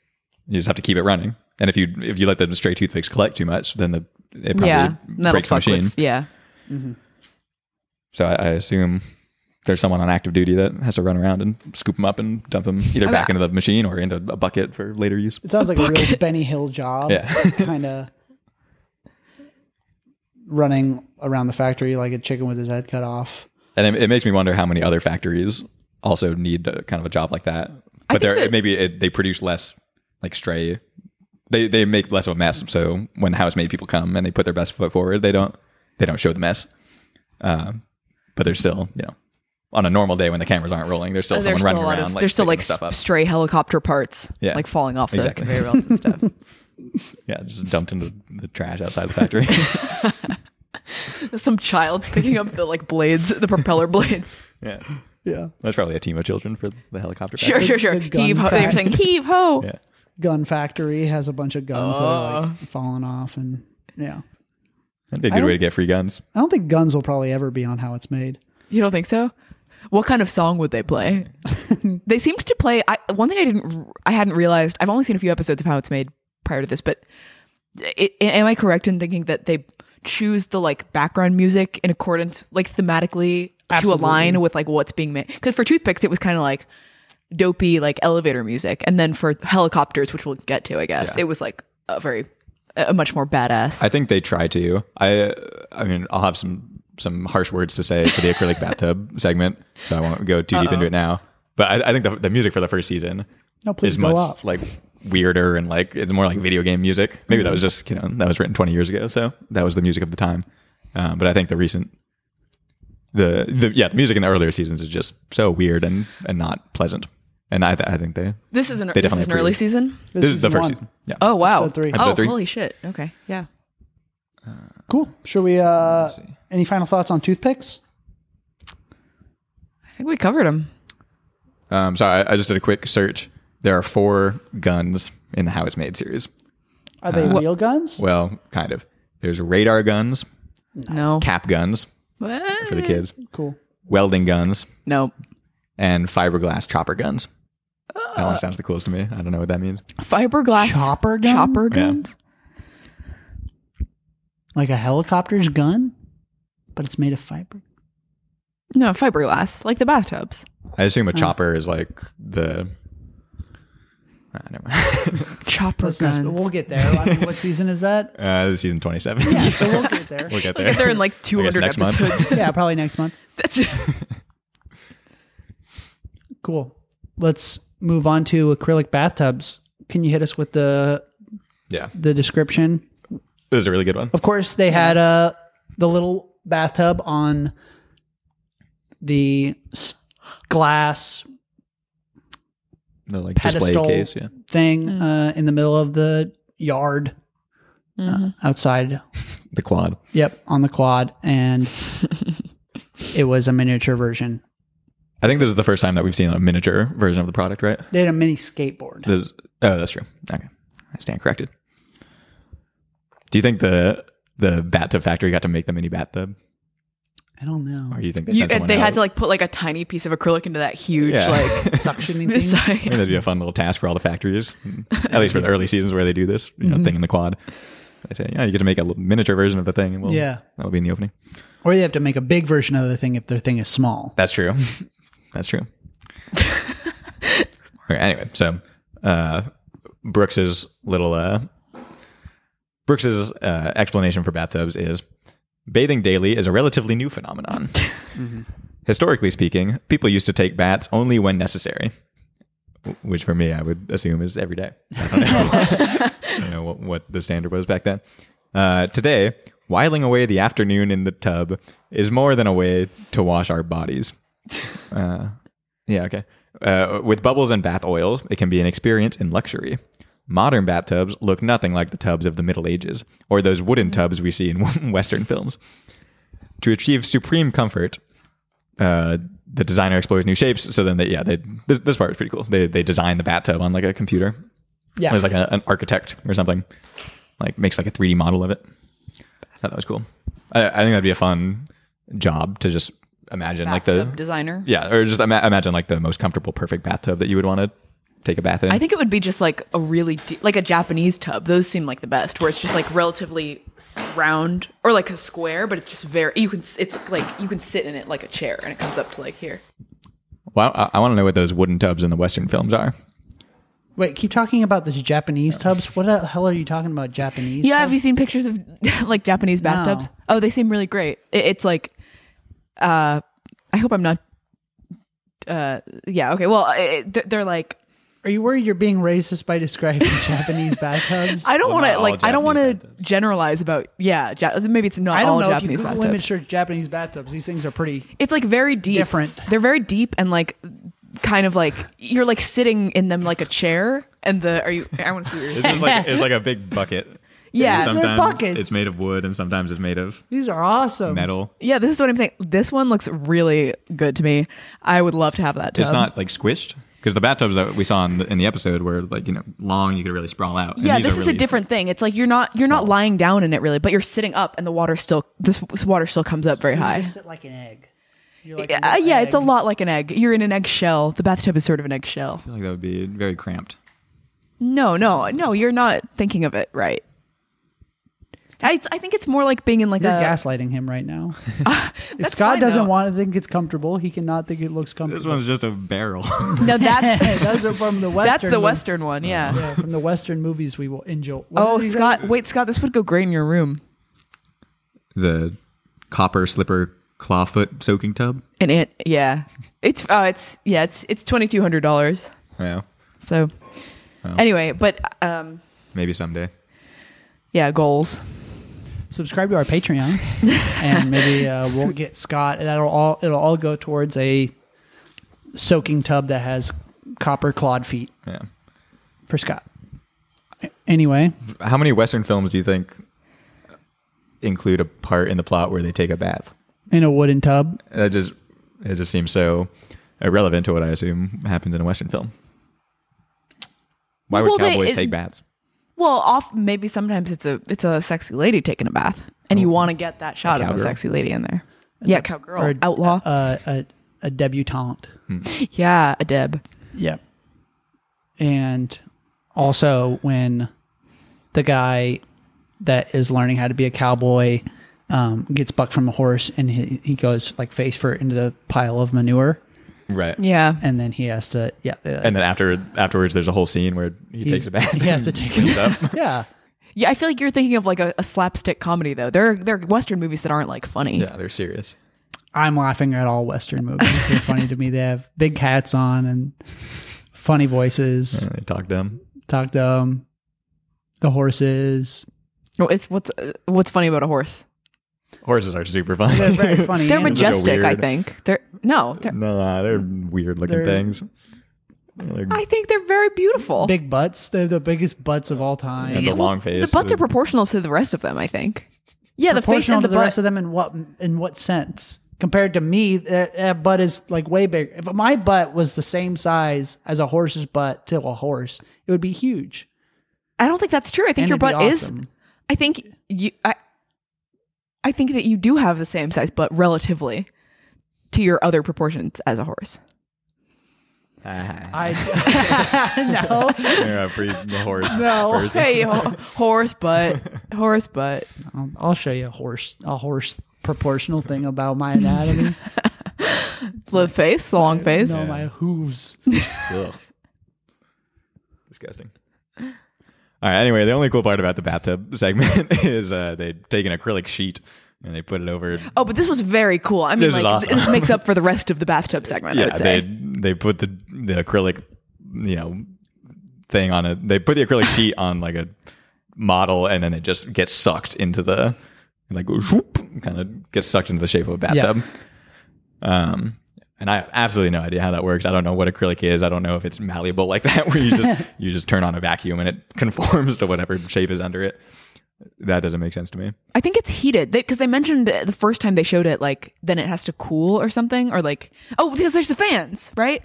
Speaker 2: You just have to keep it running, and if you if you let the stray toothpicks collect too much, then the it probably
Speaker 3: yeah That'll
Speaker 2: breaks the
Speaker 3: fuck
Speaker 2: machine.
Speaker 3: with- yeah
Speaker 2: So I, I assume there's someone on active duty that has to run around and scoop them up and dump them either back into the machine or into a bucket for later use.
Speaker 1: It sounds like a real Benny Hill job.
Speaker 2: Yeah.
Speaker 1: kind of running around the factory like a chicken with his head cut off.
Speaker 2: And it, it makes me wonder how many other factories also need a, kind of a job like that. But they're,
Speaker 3: that-
Speaker 2: maybe it, they produce less like stray. They they make less of a mess. So when the housemaid people come and they put their best foot forward, they don't they don't show the mess. Um, but they're still you know on a normal day when the cameras aren't rolling, there's still someone
Speaker 3: there's
Speaker 2: running
Speaker 3: still a lot
Speaker 2: around.
Speaker 3: of
Speaker 2: like,
Speaker 3: there's still
Speaker 2: picking
Speaker 3: like
Speaker 2: stuff up.
Speaker 3: s- stray helicopter parts
Speaker 2: Yeah.
Speaker 3: like falling off
Speaker 2: Exactly.
Speaker 3: the conveyor belts and stuff.
Speaker 2: yeah, just dumped into the trash outside the factory.
Speaker 3: Some child's picking up the like blades, the propeller blades.
Speaker 2: yeah.
Speaker 1: Yeah.
Speaker 2: That's probably a team of children for the helicopter.
Speaker 3: Sure,
Speaker 2: factory.
Speaker 3: sure, sure.
Speaker 1: the gun
Speaker 3: Heave ho! They were
Speaker 1: fact.
Speaker 3: saying heave ho.
Speaker 2: Yeah.
Speaker 1: Gun factory has a bunch of guns that are
Speaker 2: Ah.
Speaker 1: like falling off and yeah.
Speaker 2: That'd be a good
Speaker 1: don't-
Speaker 2: way to get free guns.
Speaker 1: I don't think guns will probably ever be on how it's made.
Speaker 3: You don't think so? What kind of song would they play? they seemed to play. I, one thing I didn't, r- I hadn't realized. I've only seen a few episodes of How It's Made prior to this, but i i- am I correct in thinking that they choose the like background music in accordance, like thematically, to
Speaker 1: Absolutely.
Speaker 3: align with like what's being made? Because for Toothpicks, it was kind of like dopey, like elevator music, and then for helicopters, which we'll get to, I guess,
Speaker 2: Yeah.
Speaker 3: it was like a very, a a much more badass.
Speaker 2: I think they try to. I I mean, I'll have some some harsh words to say for the acrylic bathtub segment, so I won't go too deep into it now. But I, I think the, the music for the first season
Speaker 1: No, please
Speaker 2: is
Speaker 1: go
Speaker 2: much
Speaker 1: up.
Speaker 2: like weirder and like it's more like video game music. Maybe that was just you know that was written 20 years ago, so that was the music of the time. Um, but I think the recent the, the yeah the music in the earlier seasons is just so weird and and not pleasant. And I I think they
Speaker 3: this is an
Speaker 2: They
Speaker 3: this is
Speaker 2: definitely
Speaker 3: an early
Speaker 2: proved-
Speaker 3: season.
Speaker 1: This,
Speaker 2: this is the
Speaker 1: season
Speaker 2: first
Speaker 1: one.
Speaker 2: season. Yeah.
Speaker 3: Oh wow!
Speaker 1: Episode three.
Speaker 2: Episode
Speaker 3: oh
Speaker 2: three.
Speaker 3: holy shit! Okay, yeah.
Speaker 1: Cool. Should we uh any final thoughts on toothpicks?
Speaker 3: I think we covered them.
Speaker 2: Um, so I, I just did a quick search. There are four guns in the How It's Made series.
Speaker 1: Are they
Speaker 2: Uh,
Speaker 1: real guns?
Speaker 2: Well, kind of. There's radar guns,
Speaker 3: No.
Speaker 2: cap guns
Speaker 3: What?
Speaker 2: for the kids,
Speaker 1: cool.
Speaker 2: welding guns,
Speaker 3: No.
Speaker 2: and fiberglass chopper guns. That one sounds the coolest to me. I don't know what that means.
Speaker 3: Fiberglass
Speaker 1: Chopper guns?
Speaker 3: Chopper
Speaker 2: Yeah.
Speaker 3: guns.
Speaker 1: Like a helicopter's gun, but it's made of fiber.
Speaker 3: No fiberglass, like the bathtubs.
Speaker 2: I assume a chopper is like the. Ah, never mind.
Speaker 3: Chopper
Speaker 1: That's nice,
Speaker 3: guns.
Speaker 1: but we'll get there. I mean, what season is that?
Speaker 2: Uh, this is season 27.
Speaker 1: So we'll get there.
Speaker 2: we'll get there.
Speaker 3: They're in like
Speaker 2: I guess
Speaker 3: 200
Speaker 2: next month.
Speaker 3: episodes.
Speaker 1: Yeah, probably next month.
Speaker 3: That's
Speaker 1: Cool. Let's move on to acrylic bathtubs. Can you hit us with the
Speaker 2: yeah.
Speaker 1: the description?
Speaker 2: This is a really good one.
Speaker 1: Of course, they had uh the little bathtub on the s- glass
Speaker 2: The like
Speaker 1: pedestal
Speaker 2: display case. Yeah.
Speaker 1: thing uh, in the middle of the yard uh, outside.
Speaker 2: The quad.
Speaker 1: Yep, on the quad, and it was a miniature version.
Speaker 2: I think this is the first time that we've seen a miniature version of the product, right?
Speaker 1: They had a mini skateboard.
Speaker 2: This, oh, that's true. Okay, I stand corrected. Do you think the the bathtub factory got to make the mini bathtub,
Speaker 1: I don't know
Speaker 2: or do you think they,
Speaker 3: you,
Speaker 2: sent someone
Speaker 3: they had
Speaker 2: out?
Speaker 3: to like put like a tiny piece of acrylic into that huge
Speaker 2: Yeah.
Speaker 3: like
Speaker 1: suctioning
Speaker 3: this
Speaker 1: thing.
Speaker 2: I
Speaker 3: side. Mm-hmm.
Speaker 2: think that'd be a fun little task for all the factories, at least for the early seasons where they do this you know, thing in the quad. I say, yeah, you get to make a little miniature version of the thing, and we'll,
Speaker 1: Yeah.
Speaker 2: that'll be in the opening.
Speaker 1: Or they have to make a big version of the thing if their thing is small.
Speaker 2: That's true. That's true. Okay, anyway, so uh, Brooks's little uh, Brooks's uh, explanation for bathtubs is bathing daily is a relatively new phenomenon. Historically speaking, people used to take baths only when necessary, w- which for me I would assume is every day. I don't know, I don't know what, what the standard was back then. Uh, today, whiling away the afternoon in the tub is more than a way to wash our bodies. Uh, yeah, okay. Uh, with bubbles and bath oils, it can be an experience in luxury. Modern bathtubs look nothing like the tubs of the Middle Ages or those wooden tubs we see in Western films. To achieve supreme comfort, uh, the designer explores new shapes. So then, they, yeah, they, this, this part was pretty cool. They they design the bathtub on like a computer.
Speaker 1: Yeah.
Speaker 2: There's like a, an architect or something, like makes like a 3D model of it. I thought that was cool. I, I think that'd be a fun job to just imagine, like the
Speaker 3: Bathtub designer.
Speaker 2: yeah, or just ima- imagine like the most comfortable, perfect bathtub that you would want to take a bath in.
Speaker 3: I think it would be just like a really de- like a Japanese tub. Those seem like the best, where it's just like relatively s- round or like a square, but it's just very you can s- it's like you can sit in it like a chair, and it comes up to like here.
Speaker 2: Well, I, I want to know what those wooden tubs in the Western films are.
Speaker 1: Wait, keep talking about these Japanese tubs. What the hell are you talking about, Japanese?
Speaker 3: Yeah,
Speaker 1: tubs?
Speaker 3: have you seen pictures of like Japanese bathtubs? Oh, they seem really great. It, it's like, uh, I hope I'm not. Uh, yeah. Okay. Well, it, it- they're like.
Speaker 1: Are you worried you're being racist by describing Japanese bathtubs?
Speaker 3: I don't
Speaker 2: Well,
Speaker 3: want
Speaker 2: not
Speaker 3: to
Speaker 2: all
Speaker 3: like. I don't want to
Speaker 2: Japanese bathtubs.
Speaker 3: generalize about. Yeah, ja- maybe it's not
Speaker 1: I don't
Speaker 3: all
Speaker 1: know if you
Speaker 3: Japanese
Speaker 1: Google
Speaker 3: bathtubs.
Speaker 1: image search Japanese bathtubs. These things are pretty.
Speaker 3: it's like very deep.
Speaker 1: Different.
Speaker 3: They're very deep and like kind of like you're like sitting in them like a chair. And the are you? I want to see what you're saying.
Speaker 2: like it's like a big bucket.
Speaker 3: Yeah,
Speaker 1: They're Sometimes buckets. it's made
Speaker 2: of wood, and sometimes it's made of
Speaker 1: These are awesome.
Speaker 2: metal.
Speaker 3: yeah. This is what I'm saying. This one looks really good to me. I would love to have that. Tub.
Speaker 2: It's not like squished because the bathtubs that we saw in the, in the episode were like you know long, you could really sprawl out. and
Speaker 3: yeah
Speaker 2: these
Speaker 3: this
Speaker 2: are
Speaker 3: is a
Speaker 2: really-
Speaker 3: different thing it's like you're not you're not
Speaker 2: small.
Speaker 3: lying down in it really but you're sitting up and the water still this, this water still comes up very
Speaker 1: You
Speaker 3: high
Speaker 1: just sit like an egg. You're like a
Speaker 3: yeah,
Speaker 1: little
Speaker 3: yeah it's a
Speaker 1: egg.
Speaker 3: lot like an egg you're in an eggshell the bathtub is sort of an eggshell
Speaker 2: I feel like that would be very cramped.
Speaker 3: no no no you're not thinking of it right I, I think it's more like being in like
Speaker 1: You're
Speaker 3: a
Speaker 1: gaslighting him right now. if
Speaker 3: that's
Speaker 1: Scott
Speaker 3: fine,
Speaker 1: doesn't
Speaker 3: though.
Speaker 1: want to think it's comfortable, he cannot think it looks
Speaker 2: This
Speaker 1: comfortable.
Speaker 2: one's just a barrel.
Speaker 3: no that's
Speaker 1: Hey, those are from the western.
Speaker 3: that's
Speaker 1: one-
Speaker 3: the western one yeah,
Speaker 1: Yeah, from the western movies we will enjoy. What
Speaker 3: oh
Speaker 1: are these
Speaker 3: Scott
Speaker 1: eggs?
Speaker 3: wait Scott this would go great in your room
Speaker 2: the copper slipper clawfoot soaking tub.
Speaker 3: and it yeah it's uh it's yeah it's it's twenty two hundred dollars
Speaker 2: Yeah,
Speaker 3: so
Speaker 2: Oh.
Speaker 3: anyway but um
Speaker 2: maybe someday.
Speaker 3: yeah goals
Speaker 1: subscribe to our Patreon, and maybe uh, we'll get Scott. and That'll all it'll all go towards a soaking tub that has copper clawed feet
Speaker 2: Yeah.
Speaker 1: for Scott. Anyway,
Speaker 2: How many Western films do you think include a part in the plot where they take a bath?
Speaker 1: in a wooden tub.
Speaker 2: That just it just seems so irrelevant to what I assume happens in a Western film. Why would
Speaker 3: Well, they-
Speaker 2: cowboys
Speaker 3: it-
Speaker 2: take baths?
Speaker 3: Well, off maybe sometimes it's a it's a sexy lady taking a bath, and
Speaker 1: Oh.
Speaker 3: you want to get that shot of a
Speaker 2: cowgirl.
Speaker 3: sexy lady in there. yeah, cowgirl,
Speaker 1: Or a-
Speaker 3: outlaw.
Speaker 1: Uh, a a debutante.
Speaker 3: yeah, a deb.
Speaker 1: Yep. And also when the guy that is learning how to be a cowboy um, gets bucked from a horse and he, he goes like face first into the pile of manure
Speaker 2: Right.
Speaker 3: Yeah,
Speaker 1: and then he has to yeah uh,
Speaker 2: And then after afterwards there's a whole scene where he
Speaker 1: he's-
Speaker 2: takes a bath.
Speaker 1: he has to take
Speaker 2: Cleans
Speaker 1: it
Speaker 2: up.
Speaker 1: yeah
Speaker 3: yeah. I feel like you're thinking of like a, a slapstick comedy though. There are, there are Western movies that aren't like funny.
Speaker 2: Yeah, they're serious.
Speaker 1: I'm laughing at all Western movies they're funny to me they have big hats on and funny voices
Speaker 2: Yeah, They talk dumb.
Speaker 1: talk to them the horses
Speaker 3: Well, it's, what's uh, what's funny about a horse?
Speaker 2: Horses are super fun.
Speaker 1: they're very funny
Speaker 3: They're
Speaker 1: animals.
Speaker 2: maj-
Speaker 3: majestic. I
Speaker 2: weird.
Speaker 3: think they're no. They're,
Speaker 2: nah, uh, they're weird looking
Speaker 1: They're-
Speaker 2: things. They're like-
Speaker 3: I think they're very beautiful.
Speaker 1: big butts they're the biggest butts of all time
Speaker 2: and the long
Speaker 3: the
Speaker 2: face.
Speaker 3: butts are
Speaker 2: the-
Speaker 3: proportional to the rest of them. I think. Yeah, the face
Speaker 1: proportional
Speaker 3: and
Speaker 1: to
Speaker 3: the,
Speaker 1: the
Speaker 3: butt.
Speaker 1: rest of them in what in what sense compared to me that, that butt is like way bigger if my butt was the same size as a horse's butt to a horse it would be huge
Speaker 3: I don't think that's true. I
Speaker 1: And
Speaker 3: think your
Speaker 1: it'd be
Speaker 3: butt is.
Speaker 1: awesome.
Speaker 3: I think you. I, I think that you do have the same size butt relatively to your other proportions as a horse.
Speaker 1: I no,
Speaker 2: Yeah, free the horse.
Speaker 1: No.
Speaker 2: first.
Speaker 3: Oh, Hey, ho- horse butt, horse butt.
Speaker 1: I'll, I'll show you a horse, a horse proportional thing about my anatomy.
Speaker 3: The face, the long face.
Speaker 1: no,
Speaker 2: Yeah.
Speaker 1: my hooves.
Speaker 2: Ugh. Disgusting. All right. Anyway, the only cool part about the bathtub segment is uh, they take an acrylic sheet and they put it over.
Speaker 3: Oh, but this was very cool. I mean,
Speaker 2: This
Speaker 3: like
Speaker 2: is awesome.
Speaker 3: this makes up for the rest of the bathtub segment. I
Speaker 2: yeah,
Speaker 3: would say.
Speaker 2: they they put the the acrylic, you know, thing on it. They put the acrylic sheet on like a model, and then it just gets sucked into the like kind of gets sucked into the shape of a bathtub. Um, and I have absolutely no idea how that works. I don't know what acrylic is. I don't know if it's malleable like that, where you just you just turn on a vacuum and it conforms to whatever shape is under it. That doesn't make sense to me.
Speaker 3: I think it's heated because they, mentioned it the first time they showed it, like then it has to cool or something, or like oh because there's the fans, right?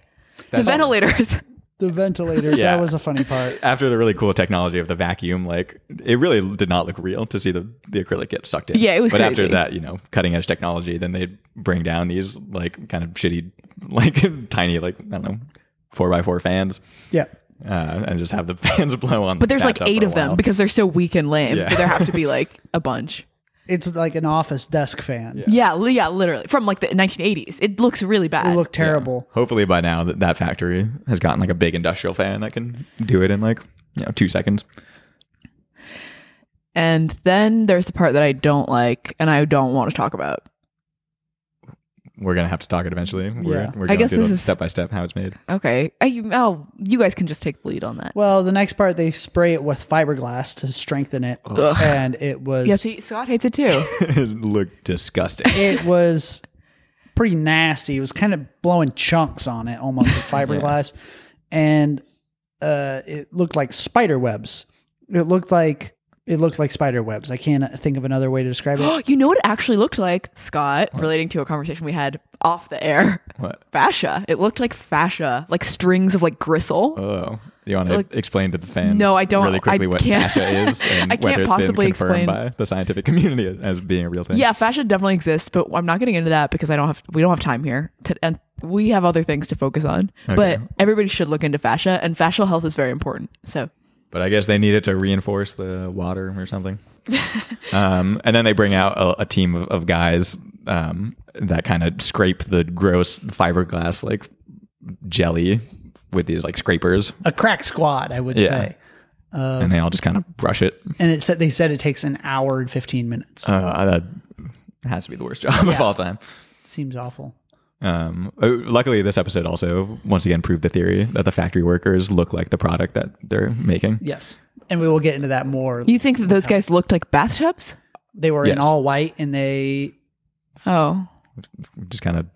Speaker 2: That's-
Speaker 3: the ventilators.
Speaker 1: The ventilators.
Speaker 2: Yeah.
Speaker 1: That was a funny part.
Speaker 2: After the really cool technology of the vacuum, like it really did not look real to see the, the acrylic get sucked in.
Speaker 3: Yeah, it was
Speaker 2: But after
Speaker 3: crazy.
Speaker 2: that, you know, cutting edge technology, then they bring down these like kind of shitty, like tiny, like I don't know, four by four fans,
Speaker 1: Yeah.
Speaker 2: uh, and just have the fans blow on.
Speaker 3: But there's like eight of them because they're so weak and lame.
Speaker 2: Yeah.
Speaker 3: that There have to be like a bunch.
Speaker 1: It's like an office desk fan.
Speaker 3: Yeah, li- yeah, literally from like the 1980s. It looks really bad.
Speaker 1: It looked terrible.
Speaker 2: Hopefully by now that that factory has gotten like a big industrial fan that can do it in like you know two seconds.
Speaker 3: and then there's the part that I don't like and I don't want to talk about.
Speaker 2: We're gonna have to talk it eventually. We're,
Speaker 1: Yeah.
Speaker 2: we're
Speaker 3: I
Speaker 2: going
Speaker 3: guess
Speaker 2: through
Speaker 3: this
Speaker 2: the
Speaker 3: is-
Speaker 2: step by step how it's made.
Speaker 3: Okay, I, oh, you guys can just take the lead on that.
Speaker 1: Well, the next part they spray it with fiberglass to strengthen it, and it was
Speaker 3: yeah, see, Scott hates it too.
Speaker 2: it looked disgusting.
Speaker 1: it was pretty nasty. It was kind of blowing chunks on it, almost with fiberglass, and uh, it looked like spider webs. It looked like it looked like spider webs. I can't think of another way to describe it.
Speaker 3: Oh, you know what it actually looked like, Scott, relating to a conversation we had off the air?
Speaker 2: What?
Speaker 3: Fascia. It looked like fascia, like strings of like gristle.
Speaker 2: Oh, you want to
Speaker 3: Like-
Speaker 2: explain to the fans?
Speaker 3: No, I don't.
Speaker 2: Really quickly,
Speaker 3: I
Speaker 2: what
Speaker 3: can't-
Speaker 2: fascia is and
Speaker 3: I can't
Speaker 2: whether it's
Speaker 3: possibly
Speaker 2: been confirmed
Speaker 3: explain.
Speaker 2: by the scientific community as being a real thing.
Speaker 3: yeah, fascia definitely exists, but I'm not getting into that because I don't have we don't have time here, to, and we have other things to focus on. But everybody should look into fascia, and fascial health is very important. So
Speaker 2: but I guess they needed to reinforce the water or something. um, and then they bring out a, a team of, of guys um, that kind of scrape the gross fiberglass like jelly with these like scrapers,
Speaker 1: A crack squad, I would
Speaker 2: Yeah.
Speaker 1: say.
Speaker 2: and they all just kind of brush it.
Speaker 1: And it said they said it takes an hour and fifteen minutes.
Speaker 2: Uh, that has to be the worst job of all time.
Speaker 1: Seems awful.
Speaker 2: Um, uh, luckily, this episode also once again proved the theory that the factory workers look like the product that they're making.
Speaker 1: Yes, and we will get into that more.
Speaker 3: you think that those guys looked like bathtubs?
Speaker 1: They were in
Speaker 2: Yes.
Speaker 1: all white, and they
Speaker 3: Oh,
Speaker 2: Just kind of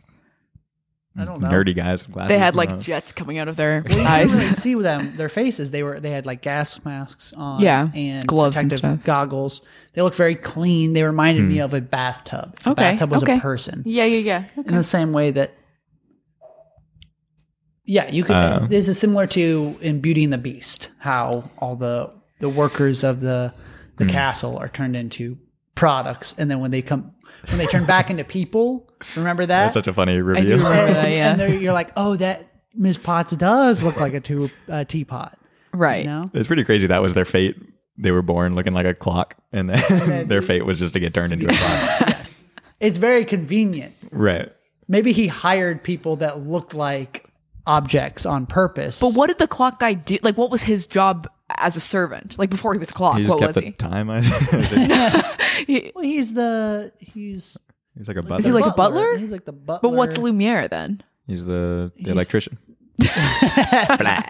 Speaker 1: I don't know.
Speaker 2: nerdy guys with glasses.
Speaker 3: they had like
Speaker 2: uh,
Speaker 3: jets coming out of their
Speaker 1: You
Speaker 3: eyes.
Speaker 1: couldn't really see them their faces. They were they had like gas masks on,
Speaker 3: Yeah,
Speaker 1: and
Speaker 3: gloves and
Speaker 1: protective
Speaker 3: stuff.
Speaker 1: goggles. They looked very clean. They reminded me of a bathtub. If a
Speaker 3: Okay,
Speaker 1: bathtub was a
Speaker 3: okay.
Speaker 1: person,
Speaker 3: yeah, yeah, yeah.
Speaker 1: in the same way that. Yeah, you could. this is similar to in Beauty and the Beast, how all the the workers of the the castle are turned into products, and then when they come when they turn back into people, remember that?
Speaker 2: that's such a funny review.
Speaker 3: remember
Speaker 1: and,
Speaker 3: that, yeah.
Speaker 1: and they're- you're like, oh, that Ms. Potts does look like a, two, a teapot.
Speaker 3: Right.
Speaker 1: You know,
Speaker 2: it's pretty crazy. That was their fate. They were born looking like a clock, and then their fate was just to get turned into a clock.
Speaker 1: it's very convenient.
Speaker 2: right.
Speaker 1: Maybe he hired people that looked like objects on purpose.
Speaker 3: But what did the clock guy do? Like, what was his job as a servant? Like before he was a clock,
Speaker 2: He just
Speaker 3: what
Speaker 2: kept
Speaker 3: was
Speaker 2: the
Speaker 3: he?
Speaker 2: time. I think.
Speaker 1: Well, he's the he's
Speaker 2: He's like a
Speaker 3: Is he
Speaker 2: butler.
Speaker 3: like a butler?
Speaker 1: He's like the butler.
Speaker 3: But what's Lumiere then?
Speaker 2: He's the, the electrician. Blah.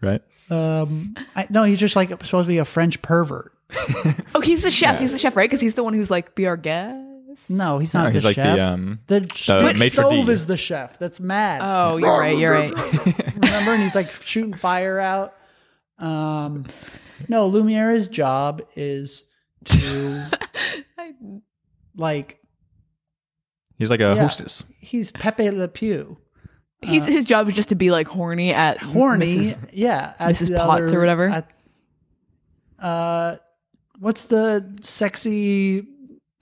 Speaker 2: right.
Speaker 1: Um, I, no, he's just like supposed to be a French pervert.
Speaker 3: Oh, he's the chef. He's the chef, right? Because he's the one who's like, be our guest.
Speaker 1: No, he's not
Speaker 2: No,
Speaker 1: the
Speaker 2: he's like the,
Speaker 1: chef.
Speaker 2: um,
Speaker 1: the the
Speaker 2: maitre
Speaker 1: stove
Speaker 2: d'.
Speaker 1: is the chef. That's mad.
Speaker 3: Oh, you're right. You're right.
Speaker 1: remember? And he's like shooting fire out. Um, no, Lumiera's job is to like
Speaker 2: He's like a
Speaker 1: Yeah.
Speaker 2: hostess.
Speaker 1: he's Pepe Le Pew,
Speaker 3: He's, his job is just to be like horny at
Speaker 1: horny.
Speaker 3: Mrs.
Speaker 1: yeah, at
Speaker 3: Mrs.
Speaker 1: the
Speaker 3: Potts or whatever?
Speaker 1: at- uh, what's the sexy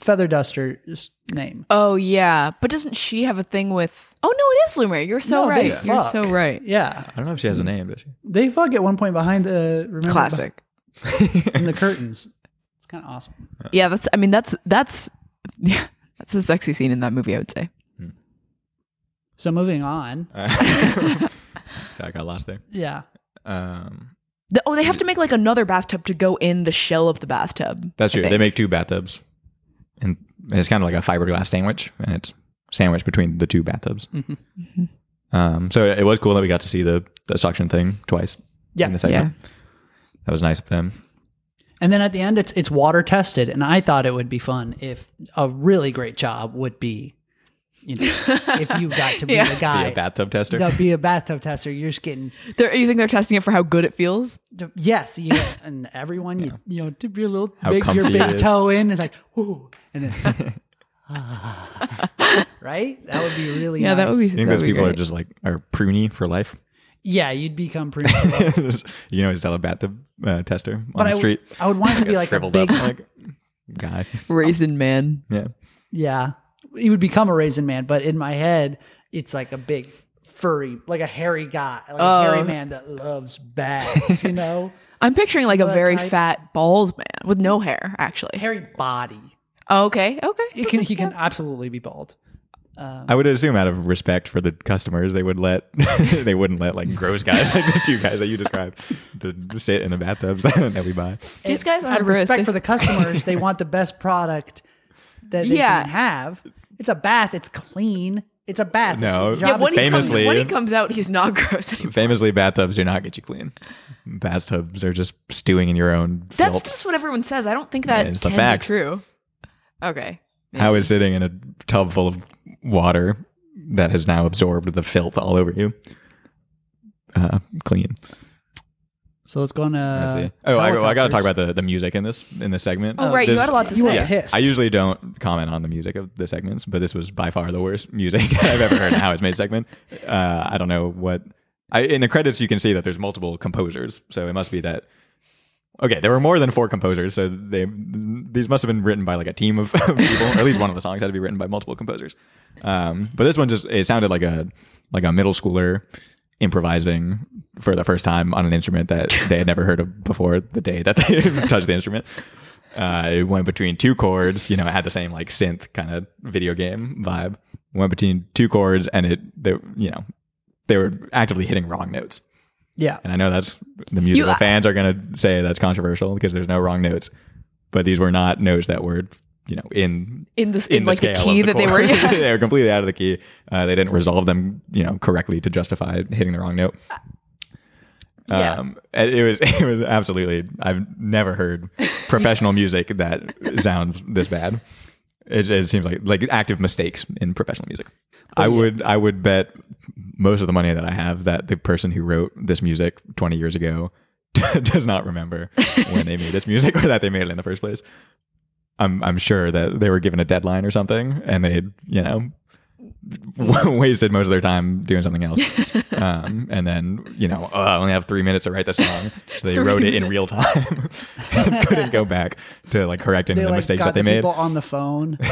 Speaker 1: feather duster's name.
Speaker 3: Oh yeah, but doesn't she have a thing with? Oh no, it is Lumiere. You're so
Speaker 1: No, they
Speaker 3: right. You're
Speaker 1: fuck.
Speaker 3: so right.
Speaker 1: Yeah,
Speaker 2: I don't know if she has
Speaker 1: Hmm.
Speaker 2: a name, does she?
Speaker 1: they fuck at one point behind the remember
Speaker 3: Classic.
Speaker 1: behind the curtains. It's kind of awesome.
Speaker 3: Yeah, that's. I mean, that's that's yeah, that's a sexy scene in that movie. I would say.
Speaker 1: So moving on,
Speaker 2: Sorry, I got lost there.
Speaker 1: yeah,
Speaker 2: Um,
Speaker 3: The- oh, they have to make like another bathtub to go in the shell of the bathtub.
Speaker 2: that's
Speaker 3: I
Speaker 2: true. They
Speaker 3: think.
Speaker 2: make two bathtubs, and it's kind of like a fiberglass sandwich, and it's sandwiched between the two bathtubs.
Speaker 1: Mm-hmm.
Speaker 2: Um, so it was cool that we got to see the, the suction thing twice
Speaker 1: yeah,
Speaker 2: in the segment. That was nice of them.
Speaker 1: And then at the end, it's it's water tested, and I thought it would be fun if a really great job would be, you know, if you got to be
Speaker 3: Yeah.
Speaker 1: the
Speaker 2: Be
Speaker 1: guy,
Speaker 2: a uh, bathtub tester.
Speaker 1: to be a bathtub tester. You're just getting
Speaker 3: They're, you think they're testing it for how good it feels?
Speaker 1: to- yes, you know, and everyone you you know dip your little
Speaker 2: How
Speaker 1: big, your
Speaker 2: comfy it
Speaker 1: big
Speaker 2: is.
Speaker 1: toe in, and like whoo, and then ah. right. That would be really
Speaker 3: Yeah, that would
Speaker 1: nice.
Speaker 2: You
Speaker 3: be-
Speaker 2: think
Speaker 3: That'd
Speaker 2: those people are
Speaker 3: great.
Speaker 2: just like are pruny for life?
Speaker 1: yeah. You'd become pretty.
Speaker 2: you can always tell a bathtub uh, tester on
Speaker 1: But
Speaker 2: the
Speaker 1: I, w-
Speaker 2: street.
Speaker 1: I would want it to be like a
Speaker 2: shriveled
Speaker 1: big,
Speaker 2: up like guy. Oh.
Speaker 3: Raisin man.
Speaker 2: Yeah.
Speaker 1: yeah. He would become a raisin man, but in my head, it's like a big furry, like a hairy guy, like a hairy
Speaker 3: Oh.
Speaker 1: man that loves bags. You know,
Speaker 3: I'm picturing like a
Speaker 1: What
Speaker 3: very
Speaker 1: type?
Speaker 3: fat bald man with no hair, actually. Oh,
Speaker 1: hairy body.
Speaker 3: Okay, okay.
Speaker 1: It can he can absolutely be bald.
Speaker 2: I would assume out of respect for the customers, they would let they wouldn't let like gross guys like the two guys that you described to sit in the bathtubs that we buy.
Speaker 3: These guys
Speaker 1: out
Speaker 3: aren't
Speaker 1: of
Speaker 3: gross.
Speaker 1: respect
Speaker 3: They-
Speaker 1: for the customers, they want the best product that they
Speaker 3: Yeah.
Speaker 1: can have. It's a bath. It's clean. It's a bath. It's your
Speaker 2: No. Yeah,
Speaker 1: job
Speaker 3: yeah,
Speaker 1: is
Speaker 3: when,
Speaker 2: Famously-
Speaker 3: he comes, when he comes out, he's not gross anymore.
Speaker 2: Famously, bathtubs do not get you clean. Bathtubs are just stewing in your own
Speaker 3: That's
Speaker 2: filth.
Speaker 3: just what everyone says. I don't think that
Speaker 2: it's the
Speaker 3: can
Speaker 2: facts.
Speaker 3: be true. Okay.
Speaker 2: How is sitting in a tub full of water that has now absorbed the filth all over you uh, clean?
Speaker 1: So let's go on.
Speaker 2: I see.
Speaker 1: Uh,
Speaker 2: oh, I, I got to
Speaker 1: helicopters.
Speaker 2: talk about the, the music in this in this segment.
Speaker 3: Oh, right.
Speaker 2: This-
Speaker 3: you had a lot to
Speaker 1: you
Speaker 3: say.
Speaker 1: are pissed.
Speaker 2: I usually don't comment on the music of the segments, but this was by far the worst music I've ever heard in How It's Made segment. Uh, I don't know what. I, in the credits, you can see that there's multiple composers, so it must be that. Okay, there were more than four composers, so they these must have been written by like a team of people. or at least one of the songs had to be written by multiple composers. Um, but this one just it sounded like a like a middle schooler improvising for the first time on an instrument that they had never heard of before the day that they touched the instrument. Uh, it went between two chords. You know, it had the same like synth kind of video game vibe. Went between two chords, and it they you know they were actively hitting wrong notes.
Speaker 1: Yeah.
Speaker 2: And I know that's the musical
Speaker 3: I-
Speaker 2: fans are going to say that's controversial because there's no wrong notes, but these were not notes that were you know in
Speaker 3: In this, in,
Speaker 2: in the
Speaker 3: like the,
Speaker 2: scale
Speaker 3: key
Speaker 2: of the
Speaker 3: that they
Speaker 2: chord.
Speaker 3: were. Yeah.
Speaker 2: they were completely out of the key. Uh, they didn't resolve them, you know, correctly to justify hitting the wrong note.
Speaker 3: Uh, Yeah.
Speaker 2: Um, and it was it was absolutely. I've never heard professional music that sounds this bad. It, it seems like like active mistakes in professional music.
Speaker 3: Oh,
Speaker 2: I would I would bet most of the money that I have that the person who wrote this music 20 years ago does not remember when they made this music or that they made it in the first place. I'm I'm sure that they were given a deadline or something, and they you know wasted most of their time doing something else. Um, and then you know oh, I only have three minutes to write the song, so they wrote it in real time. and couldn't go back to like correct any
Speaker 1: They
Speaker 2: of the
Speaker 1: like
Speaker 2: mistakes
Speaker 1: got
Speaker 2: that they
Speaker 1: the
Speaker 2: made.
Speaker 1: people on the phone,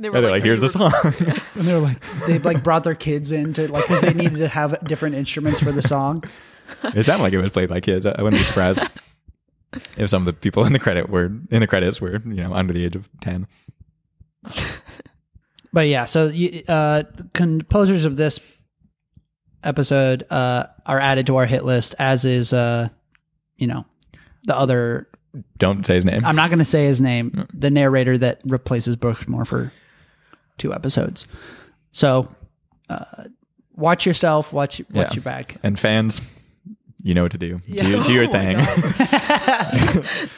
Speaker 3: They were
Speaker 2: And they're like, here's the song.
Speaker 1: and they're like, they like brought their kids in to like because they needed to have different instruments for the song.
Speaker 2: it sounded like it was played by kids. I I wouldn't be surprised if some of the people in the credit were in the credits were you know under the age of ten.
Speaker 1: But yeah, so you, uh, the composers of this episode uh, are added to our hit list, as is, uh, you know, the other.
Speaker 2: Don't say his name.
Speaker 1: I'm not going to say his name. The narrator that replaces Bushmore for two episodes. So, uh, watch yourself. Watch watch
Speaker 2: Yeah.
Speaker 1: your back.
Speaker 2: and fans, you know what to do. Do, do your
Speaker 3: Oh
Speaker 2: thing.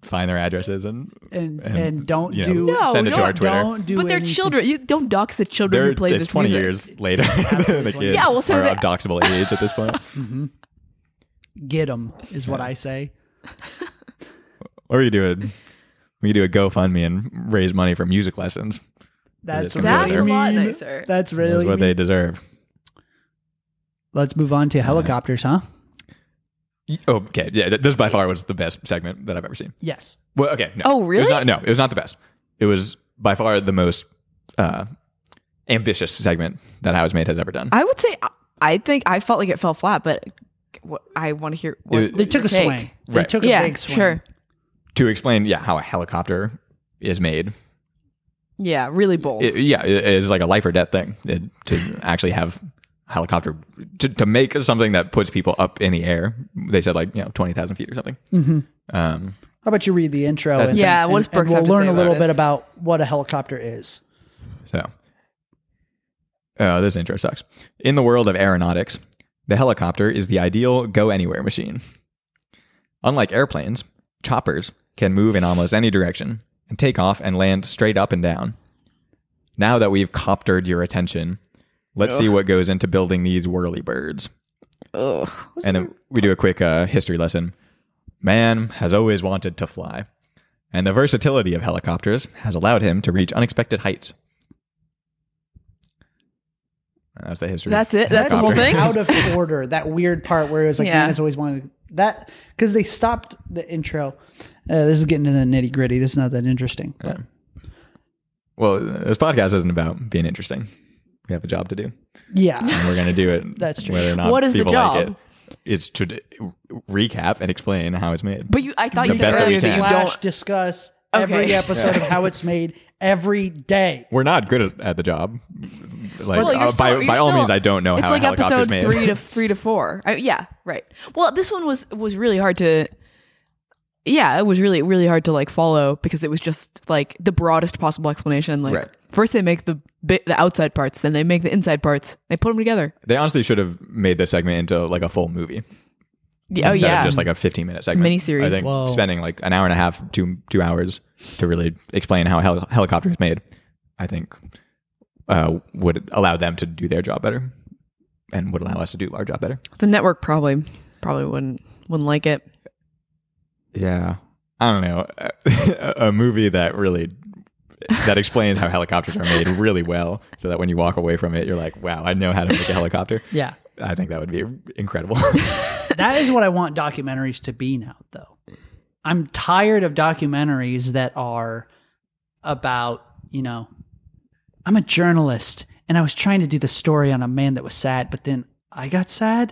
Speaker 2: Find their addresses and
Speaker 1: and and,
Speaker 2: And,
Speaker 1: don't
Speaker 2: you know,
Speaker 1: do
Speaker 3: No,
Speaker 2: send it to
Speaker 3: don't-
Speaker 2: our Twitter.
Speaker 1: don't do
Speaker 3: But they're
Speaker 1: anything-
Speaker 3: children. You don't dox the children
Speaker 2: They're,
Speaker 3: who play
Speaker 2: it's
Speaker 3: this
Speaker 2: 20
Speaker 3: music.
Speaker 2: years later. the kids
Speaker 1: Yeah,
Speaker 3: well, so
Speaker 2: are of
Speaker 3: that-
Speaker 2: doxable age at this point.
Speaker 1: Get them is what I say.
Speaker 2: or you do it. We do a GoFundMe and raise money for music lessons.
Speaker 1: That's
Speaker 2: That's
Speaker 3: That's
Speaker 1: really
Speaker 3: a lot
Speaker 1: mean.
Speaker 3: nicer.
Speaker 1: That's
Speaker 2: That's
Speaker 1: really
Speaker 2: what
Speaker 1: mean.
Speaker 2: they deserve.
Speaker 1: Let's move on to helicopters, huh?
Speaker 2: Okay, yeah, th- this by far was the best segment that I've ever seen.
Speaker 1: Yes.
Speaker 2: Well, okay, no.
Speaker 3: Oh,
Speaker 2: It was
Speaker 3: really?
Speaker 2: not, no, it was not the best. It was by far the most uh, ambitious segment that House Made has ever done.
Speaker 3: I would say I think I felt like it fell flat, but what, I want to hear. What,
Speaker 2: It-
Speaker 1: They took a
Speaker 3: Take.
Speaker 1: swing. They
Speaker 2: Right.
Speaker 1: took a
Speaker 3: yeah,
Speaker 1: big swing.
Speaker 3: sure.
Speaker 2: to explain, yeah, how a helicopter is made.
Speaker 3: Yeah, really bold.
Speaker 2: It, yeah, it is like a life or death thing it, to actually have helicopter to, to make something that puts people up in the air. They said like you know twenty thousand feet or something.
Speaker 3: Mm-hmm.
Speaker 2: Um,
Speaker 1: How about you read the intro? And,
Speaker 3: Yeah, what does
Speaker 1: and- and
Speaker 3: Brooks have to
Speaker 1: We'll
Speaker 3: say
Speaker 1: learn a
Speaker 3: about
Speaker 1: little
Speaker 3: this?
Speaker 1: bit about what a helicopter is.
Speaker 2: So, oh, this intro sucks. In the world of aeronautics, the helicopter is the ideal go anywhere machine. Unlike airplanes, choppers can move in almost any direction and take off and land straight up and down. Now that we've coptered your attention, let's see what goes into building these whirly birds.
Speaker 3: Ugh.
Speaker 2: and then we do a quick uh, history lesson. Man has always wanted to fly, and the versatility of helicopters has allowed him to reach unexpected heights. And That's the history. of
Speaker 3: That's it? That's the whole
Speaker 2: helicopters.
Speaker 3: thing?
Speaker 1: out of order. That weird part where it was like,
Speaker 3: Yeah.
Speaker 1: man, has always wanted that because they stopped the intro. Uh, this is getting into the nitty gritty. This is not that interesting. But
Speaker 2: Well, this podcast isn't about being interesting. We have a job to do,
Speaker 1: yeah,
Speaker 2: and we're going to do it.
Speaker 1: That's true.
Speaker 2: Whether or not
Speaker 3: What is the
Speaker 2: people like
Speaker 3: job?
Speaker 2: it, it's to d- recap and explain how it's made.
Speaker 3: but you, I thought you
Speaker 2: The
Speaker 3: said
Speaker 2: best that we
Speaker 3: earlier that
Speaker 2: can.
Speaker 3: you
Speaker 1: slash
Speaker 3: don't.
Speaker 1: discuss
Speaker 3: Okay.
Speaker 1: every episode of how it's made every day.
Speaker 2: we're not good at, at the job. Like
Speaker 3: Well, you're
Speaker 2: uh,
Speaker 3: still-
Speaker 2: by,
Speaker 3: you're
Speaker 2: by all
Speaker 3: still-
Speaker 2: means, I don't know
Speaker 3: it's
Speaker 2: how
Speaker 3: like
Speaker 2: a helicopter's
Speaker 3: episode
Speaker 2: made.
Speaker 3: three to three to four. I, yeah, right. Well, this one was was really hard to. Yeah, it was really really hard to like follow because it was just like the broadest possible explanation. Like
Speaker 2: Right.
Speaker 3: first they make the bit the outside parts, then they make the inside parts. They put them together.
Speaker 2: They honestly should have made this segment into like a full movie
Speaker 3: Yeah, oh
Speaker 2: instead
Speaker 3: yeah,
Speaker 2: of just like a 15 minute segment.
Speaker 3: Miniseries.
Speaker 2: I think
Speaker 1: Whoa.
Speaker 2: spending like an hour and a half, two two hours to really explain how a hel- helicopter is made, I think uh, would allow them to do their job better and would allow us to do our job better.
Speaker 3: the network probably probably wouldn't wouldn't like it.
Speaker 2: Yeah. I don't know. a movie that really that explains how helicopters are made really well so that when you walk away from it you're like, "Wow, I know how to make a helicopter."
Speaker 1: Yeah,
Speaker 2: I think that would be incredible.
Speaker 1: that is what I want documentaries to be now. Though I'm tired of documentaries that are about you know, I'm a journalist and I was trying to do the story on a man that was sad, but then I got sad.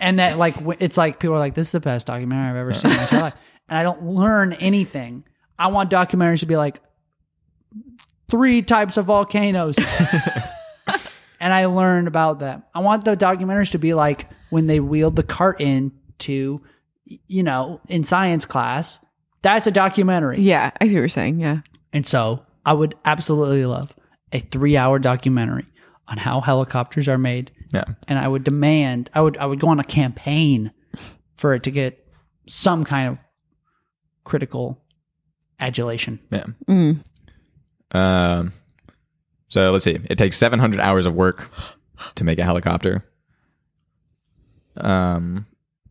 Speaker 1: and that like w- it's like people are like this is the best documentary I've ever seen in my entire life, and I don't learn anything. I want documentaries to be like three types of volcanoes, and I learn about them. I want the documentaries to be like when they wheeled the cart in to, y- you know, in science class. That's a documentary,
Speaker 3: Yeah, I see what you're saying. Yeah,
Speaker 1: and so I would absolutely love a three-hour documentary on how helicopters are made
Speaker 2: yeah.
Speaker 1: and I would demand I would I would go on a campaign for it to get some kind of critical adulation.
Speaker 2: Yeah.
Speaker 3: Mm.
Speaker 2: Um, so let's see. It takes 700 hours of work to make a helicopter. Um,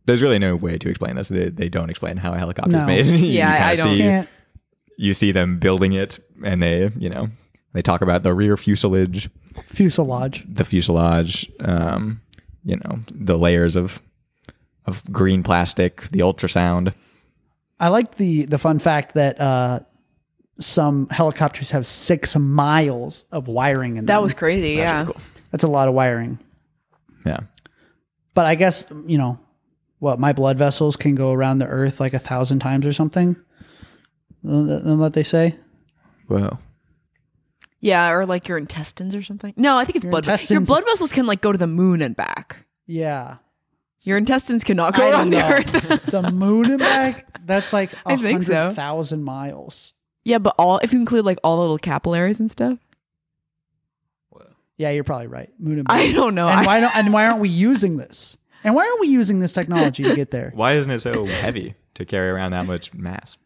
Speaker 2: there's really no way to explain this. They, they don't explain how a helicopter
Speaker 1: No.
Speaker 2: is made. You
Speaker 3: Yeah, I-
Speaker 2: kinda
Speaker 3: I don't-
Speaker 2: See,
Speaker 1: Can't
Speaker 2: You see them building it, and they, you know, they talk about the rear fuselage,
Speaker 1: fuselage.
Speaker 2: the fuselage, um, you know, the layers of of green plastic, the ultrasound.
Speaker 1: I like the the fun fact that uh, some helicopters have six miles of wiring in them.
Speaker 3: that was crazy. yeah,
Speaker 1: That's a lot of wiring.
Speaker 2: Yeah.
Speaker 1: But I guess you know what my blood vessels can go around the Earth like a thousand times or something. Isn't that- isn't what they say?
Speaker 2: Whoa.
Speaker 3: yeah, or like your intestines or something. No, I think it's blood. Your
Speaker 1: intestines-
Speaker 3: blood vessels can like go to the moon and back.
Speaker 1: Yeah.
Speaker 3: Your intestines cannot go
Speaker 1: I don't
Speaker 3: around the
Speaker 1: know.
Speaker 3: earth.
Speaker 1: the moon and back that's like
Speaker 3: I think so.
Speaker 1: 100000 miles
Speaker 3: yeah, but all if you include like all the little capillaries and stuff.
Speaker 1: yeah you're probably right moon and back
Speaker 3: I don't know.
Speaker 1: and
Speaker 3: I-
Speaker 1: why don't and why aren't we using this and why aren't we using this technology to get there
Speaker 2: Why isn't it so heavy to carry around that much mass?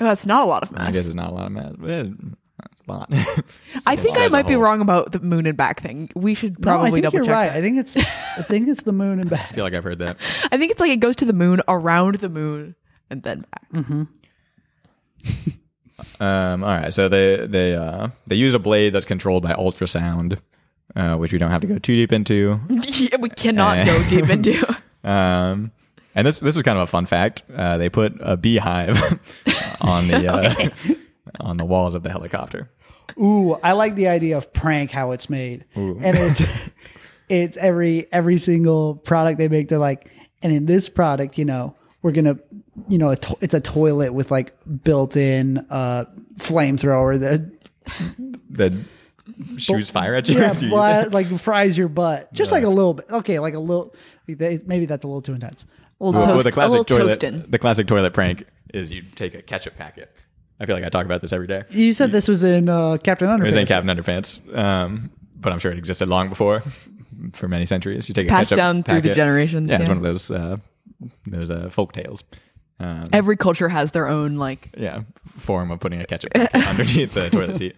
Speaker 3: oh, it's not a lot of
Speaker 2: I
Speaker 3: mass.
Speaker 2: guess it's not a lot of math. but It's a lot.
Speaker 3: I think
Speaker 2: lot
Speaker 3: I
Speaker 2: as a
Speaker 3: might be
Speaker 2: whole.
Speaker 3: wrong about the moon and back thing. We should
Speaker 1: No,
Speaker 3: probably
Speaker 1: I think
Speaker 3: double
Speaker 1: you're
Speaker 3: check.
Speaker 1: right i think it's i think it's the moon and
Speaker 2: I
Speaker 1: back
Speaker 2: feel like I've heard that.
Speaker 3: I think it's like it goes to the moon, around the moon, and then back.
Speaker 2: Um, all right, so they they uh, they use a blade that's controlled by ultrasound, uh, which we don't have to go too deep into.
Speaker 3: Yeah, we cannot
Speaker 2: Eh.
Speaker 3: go deep into.
Speaker 2: Um, and this this was kind of a fun fact. Uh, they put a beehive on the uh, on the walls of the helicopter.
Speaker 1: Ooh, I like the idea of prank how it's made. And it's it's every every single product they make they're like and in this product, you know, we're going to you know, a to- it's a toilet with like built-in uh flamethrower that
Speaker 2: That shoots fire at you.
Speaker 1: yeah,
Speaker 2: as you use
Speaker 1: bla-
Speaker 2: it.
Speaker 1: like fries your butt. Just like a little bit. Okay, like a little they- maybe that's a little too intense.
Speaker 3: little
Speaker 2: Well,
Speaker 3: toast,
Speaker 2: the
Speaker 3: a
Speaker 2: classic
Speaker 3: little
Speaker 2: toilet,
Speaker 3: toastin'.
Speaker 2: the classic toilet prank is you take a ketchup packet. I feel like I talk about this every day. It
Speaker 1: You said this was in uh, Captain Underpants.
Speaker 2: was in Captain Underpants, um, but I'm sure it existed long before, for many centuries. You take a
Speaker 3: Passed
Speaker 2: ketchup
Speaker 3: down through the
Speaker 2: packet.
Speaker 3: generations,
Speaker 2: Yeah, it's
Speaker 3: yeah.
Speaker 2: one of those uh, those uh, folk tales. Um,
Speaker 3: Every culture has their own like.
Speaker 2: yeah, form of putting a ketchup packet underneath the toilet seat,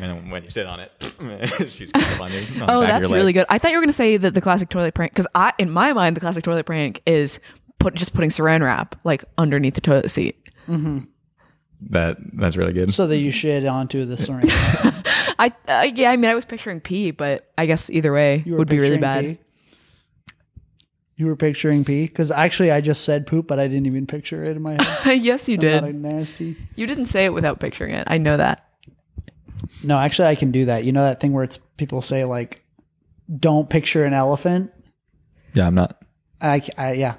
Speaker 2: and then when you sit on it, it shoots ketchup on you. On the
Speaker 3: Oh,
Speaker 2: back of
Speaker 3: that's
Speaker 2: your leg.
Speaker 3: really good. I thought you were going to say that the classic toilet prank because I, in my mind, the classic toilet prank is put just putting Saran wrap like underneath the toilet seat.
Speaker 2: That that's really good.
Speaker 1: so that you shit onto the syringe.
Speaker 3: I uh, yeah, I mean, I was picturing pee, but I guess either way
Speaker 1: You were
Speaker 3: would be really
Speaker 1: picturing
Speaker 3: bad.
Speaker 1: pee? You were picturing pee because actually I just said poop, but I didn't even picture it in my head.
Speaker 3: yes, you
Speaker 1: I'm
Speaker 3: did.
Speaker 1: not a nasty.
Speaker 3: You didn't say it without picturing it. I know that.
Speaker 1: No, actually I can do that. You know that thing where it's people say like, "Don't picture an elephant."
Speaker 2: Yeah, I'm not.
Speaker 1: I, c- I- yeah.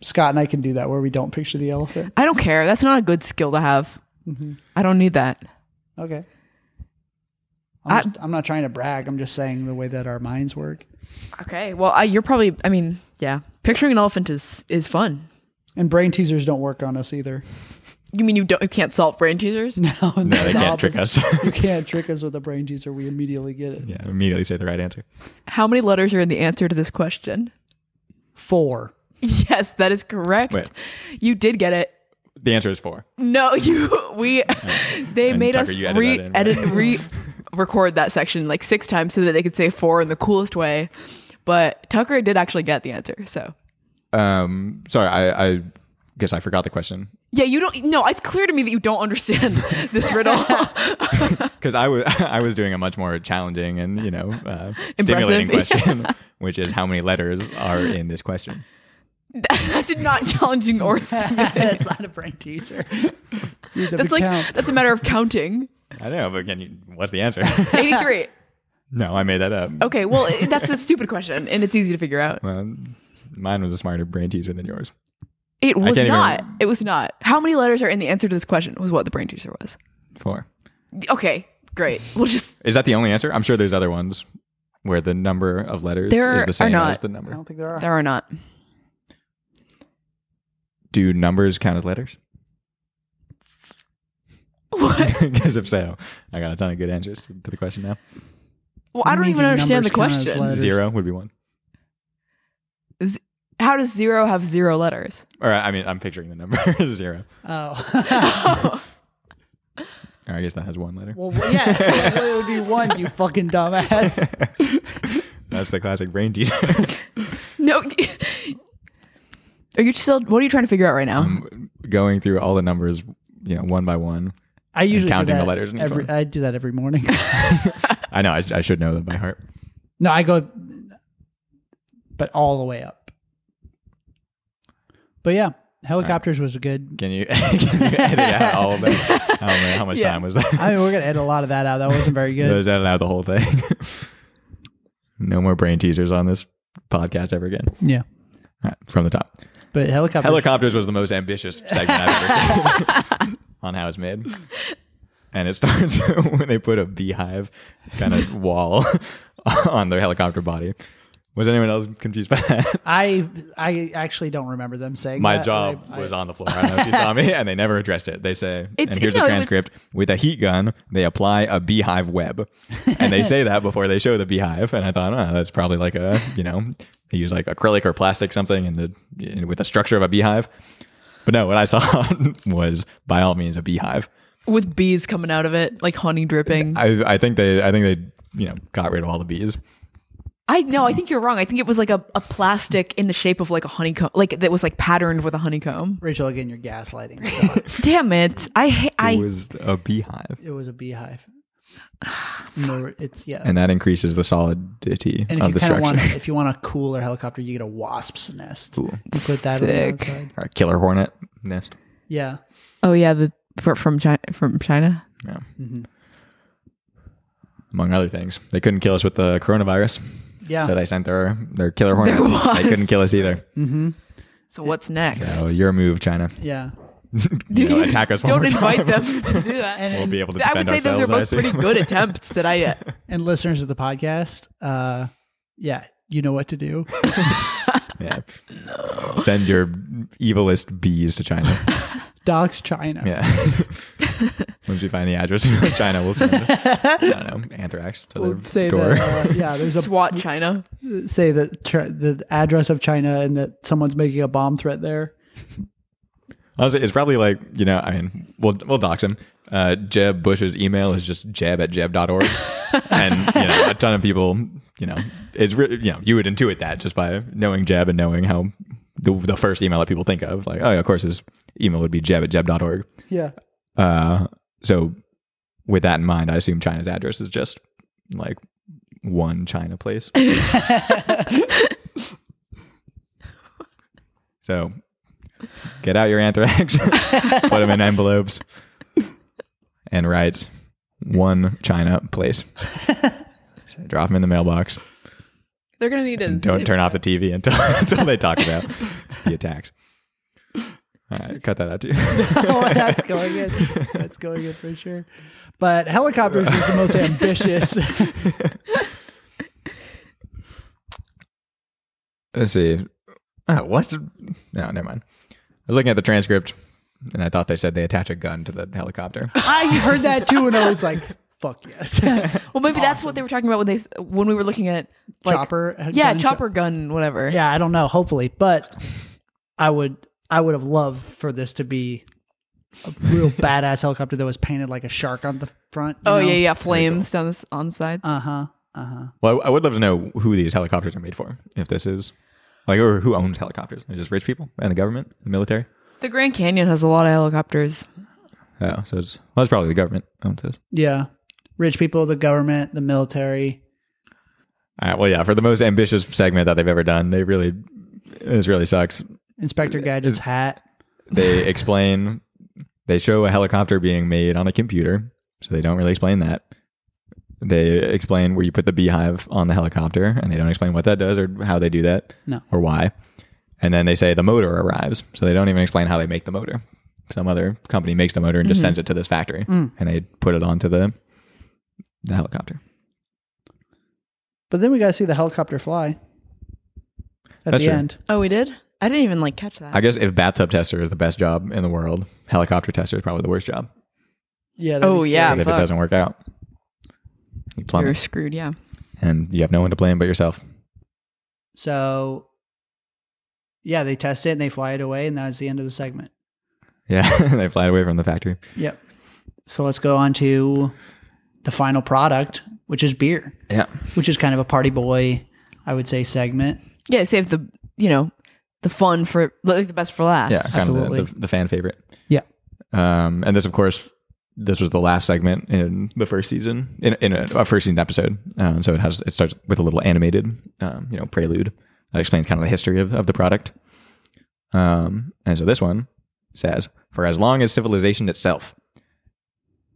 Speaker 1: Scott and I can do that where we don't picture the elephant.
Speaker 3: I don't care. That's not a good skill to have.
Speaker 1: Mm-hmm.
Speaker 3: I don't need that.
Speaker 1: Okay. I'm,
Speaker 3: I-
Speaker 1: just- I'm not trying to brag. I'm just saying the way that our minds work.
Speaker 3: Okay. Well, I, you're probably. I mean, yeah. Picturing an elephant is is fun.
Speaker 1: And brain teasers don't work on us either.
Speaker 3: You mean you don't? You can't solve brain teasers?
Speaker 1: No,
Speaker 2: No, they can't trick us.
Speaker 1: You can't trick us with a brain teaser. We immediately get it.
Speaker 2: yeah, immediately say the right answer.
Speaker 3: How many letters are in the answer to this question?
Speaker 1: Four.
Speaker 3: Yes, that is correct.
Speaker 2: Wait.
Speaker 3: You did get it.
Speaker 2: The answer is four.
Speaker 3: No, you we they
Speaker 2: And
Speaker 3: made
Speaker 2: Tucker,
Speaker 3: us
Speaker 2: you edit
Speaker 3: re
Speaker 2: that in, right?
Speaker 3: edit re record that section like six times so that they could say four in the coolest way. But Tucker did actually get the answer. So
Speaker 2: Um, sorry, I, I guess I forgot the question
Speaker 3: yeah, you don't. No, it's clear to me that you don't understand this riddle.
Speaker 2: because I was I was doing a much more challenging and you know uh,
Speaker 3: Impressive,
Speaker 2: stimulating
Speaker 3: yeah.
Speaker 2: question, which is how many letters are in this question.
Speaker 3: that's not challenging or stupid.
Speaker 1: That's not a brain teaser.
Speaker 3: That's like that's a matter of counting.
Speaker 2: I know, but can you? What's the answer?
Speaker 3: Eighty three.
Speaker 2: no, I made that up.
Speaker 3: Okay, well i- that's a stupid question, and it's easy to figure out.
Speaker 2: Um, mine was a smarter brain teaser than yours.
Speaker 3: It was
Speaker 2: can't even-
Speaker 3: not. It was not. How many letters are in the answer to this question? Was what the brain teaser was.
Speaker 2: Four.
Speaker 3: Okay, great. We'll just
Speaker 2: Is that the only answer? I'm sure there's other ones where the number of letters
Speaker 3: There
Speaker 2: is
Speaker 3: are
Speaker 2: the same
Speaker 3: not.
Speaker 2: as the
Speaker 1: I
Speaker 2: number.
Speaker 1: don't think there are.
Speaker 3: there are not.
Speaker 2: Do numbers count as letters?
Speaker 3: What?
Speaker 2: Because if so, I got a ton of good answers to the question now.
Speaker 3: Well, I
Speaker 1: do you mean
Speaker 3: don't even
Speaker 1: do
Speaker 3: understand the
Speaker 1: numbers count as
Speaker 3: question.
Speaker 1: letters?
Speaker 2: Zero would be one.
Speaker 3: How does zero have zero letters?
Speaker 2: Or I mean, I'm picturing the number zero.
Speaker 1: Oh.
Speaker 2: Or I guess that has one letter.
Speaker 1: well, yeah. It would be one, you fucking dumbass.
Speaker 2: That's the classic brain teaser.
Speaker 3: No. Are you still? What are you trying to figure out right now?
Speaker 2: Going through all the numbers, you know, one by one.
Speaker 1: I usually
Speaker 2: counting
Speaker 1: do
Speaker 2: the
Speaker 1: that
Speaker 2: letters in each
Speaker 1: every.
Speaker 2: one.
Speaker 1: I do that every morning.
Speaker 2: I know I, I should know that by heart.
Speaker 1: no, I go, but all the way up. But yeah, helicopters was a good.
Speaker 2: Can you, can you edit out all of that? I don't know how much
Speaker 3: Yeah.
Speaker 2: time was that.
Speaker 1: I mean, we're gonna edit a lot of that out. That wasn't very good.
Speaker 2: Was that out the whole thing? no more brain teasers on this podcast ever again.
Speaker 1: yeah,
Speaker 2: All right, from the top.
Speaker 1: but helicopters.
Speaker 2: Helicopters was the most ambitious segment I've ever seen on how it's made. And it starts when they put a beehive kind of wall on their helicopter body. Was anyone else confused by that?
Speaker 1: I I actually don't remember them saying
Speaker 2: My
Speaker 1: that.
Speaker 2: job
Speaker 1: I- I-
Speaker 2: was on the floor. I don't know if you saw me, and they never addressed it. They say,
Speaker 3: It's-
Speaker 2: and here's
Speaker 3: no,
Speaker 2: the
Speaker 3: it was-
Speaker 2: transcript with a heat gun, they apply a beehive web. And they say that before they show the beehive. And I thought, oh, that's probably like a, you know, they use like acrylic or plastic something in the, in, with the structure of a beehive. But no, what I saw was by all means a beehive.
Speaker 3: With bees coming out of it, like honey dripping. I,
Speaker 2: I, I think they, I think they, you know, got rid of all the bees.
Speaker 3: no, I think you're wrong. I think it was like a, a plastic in the shape of like a honeycomb, like that was like patterned with a honeycomb.
Speaker 1: Rachel again. You're gaslighting. me.
Speaker 3: Damn it! I ha-
Speaker 2: It
Speaker 3: I
Speaker 2: was a beehive.
Speaker 1: it was a beehive. More, it's yeah.
Speaker 2: and that increases the solidity
Speaker 1: And if
Speaker 2: of
Speaker 1: you kind
Speaker 2: the
Speaker 1: of
Speaker 2: structure.
Speaker 1: want, if you want a cooler helicopter, you get a wasp's nest. You put that on the
Speaker 3: Sick.
Speaker 1: outside.
Speaker 2: Or a killer hornet nest.
Speaker 1: Yeah,
Speaker 3: Oh yeah, the fr- from China, from China.
Speaker 2: Yeah.
Speaker 3: Mm-hmm.
Speaker 2: Among other things, they couldn't kill us with the coronavirus,
Speaker 1: yeah.
Speaker 2: so they sent their their killer hornets. They couldn't kill us either.
Speaker 3: So what's next?
Speaker 2: So your move, China.
Speaker 1: yeah.
Speaker 2: You know, attack us one
Speaker 3: Don't
Speaker 2: more time.
Speaker 3: invite them to do that.
Speaker 2: We'll be able to
Speaker 3: I
Speaker 2: defend
Speaker 3: would say those
Speaker 2: ourselves.
Speaker 3: are
Speaker 2: I
Speaker 3: both
Speaker 2: assume.
Speaker 3: pretty good attempts that I. Uh,
Speaker 1: And listeners of the podcast, uh, yeah, you know what to do.
Speaker 2: Yeah. Send your evilest bees to China.
Speaker 1: Docs China.
Speaker 2: Yeah. Once we find the address of China, we'll send it. I don't know, anthrax to their
Speaker 1: We'll Say
Speaker 2: door.
Speaker 1: that. Uh, yeah, there's a
Speaker 3: SWAT China.
Speaker 1: say that Chi- the address of China and that someone's making a bomb threat there.
Speaker 2: Honestly, it's probably like, you know, I mean, we'll, we'll dox him. Uh, Jeb Bush's email is just jeb at jeb.org. and, you know, a ton of people, you know, it's, re- you know, you would intuit that just by knowing Jeb and knowing how the, the first email that people think of. Like, oh, yeah, of course, his email would be jeb at jeb.org.
Speaker 1: Yeah.
Speaker 2: Uh, so with that in mind, I assume China's address is just like one China place. so get out your anthrax, put them in envelopes, and write one China place. Drop them in the mailbox.
Speaker 3: They're gonna need a
Speaker 2: Don't turn off the TV until until they talk about the attacks. All right, cut that out too.
Speaker 1: oh, that's going in. That's going in for sure. But helicopters is the most ambitious.
Speaker 2: Let's see. Oh, what? No, never mind. I was looking at the transcript, and I thought they said they attach a gun to the helicopter.
Speaker 1: I heard that too, and I was like, "Fuck yes,
Speaker 3: Well, maybe that's what they were talking about when they s- when we were looking at like
Speaker 1: chopper."
Speaker 3: Yeah,
Speaker 1: gun,
Speaker 3: chopper gun, whatever.
Speaker 1: yeah, I don't know. Hopefully, but I would, I would have loved for this to be a real badass helicopter that was painted like a shark on the front. you
Speaker 3: Oh
Speaker 1: know?
Speaker 3: yeah, yeah, flames down the, s- on the sides.
Speaker 1: Uh huh. Uh huh.
Speaker 2: Well, I, I would love to know who these helicopters are made for. If this is like, or who owns helicopters? Is just rich people and the government, the military?
Speaker 3: the Grand Canyon has a lot of helicopters.
Speaker 2: Oh, so it's well, it's probably the government owns this.
Speaker 1: Yeah, rich people, the government, the military.
Speaker 2: All right. Ah, Well, yeah, for the most ambitious segment that they've ever done, they really this really sucks.
Speaker 1: Inspector Gadget's hat.
Speaker 2: They explain. They show a helicopter being made on a computer, so they don't really explain that. They explain where you put the beehive on the helicopter, and they don't explain what that does or how they do that,
Speaker 1: No.
Speaker 2: or why. And then they say the motor arrives, so they don't even explain how they make the motor. Some other company makes the motor and just sends it to this factory, and they put it onto the the helicopter.
Speaker 1: But then we got to see the helicopter fly at
Speaker 2: That's
Speaker 1: the
Speaker 2: true.
Speaker 1: end.
Speaker 3: Oh, we did. I didn't even like catch that.
Speaker 2: I guess if bathtub tester is the best job in the world, helicopter tester is probably the worst job.
Speaker 1: Yeah.
Speaker 3: Oh,
Speaker 1: that'd be
Speaker 3: yeah.
Speaker 2: if it
Speaker 3: fuck.
Speaker 2: doesn't work out, you
Speaker 3: You're
Speaker 2: plummet,
Speaker 3: screwed. Yeah.
Speaker 2: and you have no one to blame but yourself.
Speaker 1: So, yeah, they test it and they fly it away, and that's the end of the segment.
Speaker 2: Yeah, they fly away from the factory.
Speaker 1: Yep. So let's go on to the final product, which is beer,
Speaker 2: Yeah.
Speaker 1: which is kind of a party boy, I would say, segment.
Speaker 3: Yeah. Save the you know the fun for like the best for last.
Speaker 2: Yeah, kind of the,
Speaker 1: Absolutely.
Speaker 2: the, the fan favorite.
Speaker 1: Yeah.
Speaker 2: Um, and this, of course, this was the last segment in the first season, in, in a, a first season episode. Um, so it has it starts with a little animated, um, you know, prelude that explains kind of the history of, of the product. Um, and so this one says, for as long as civilization itself.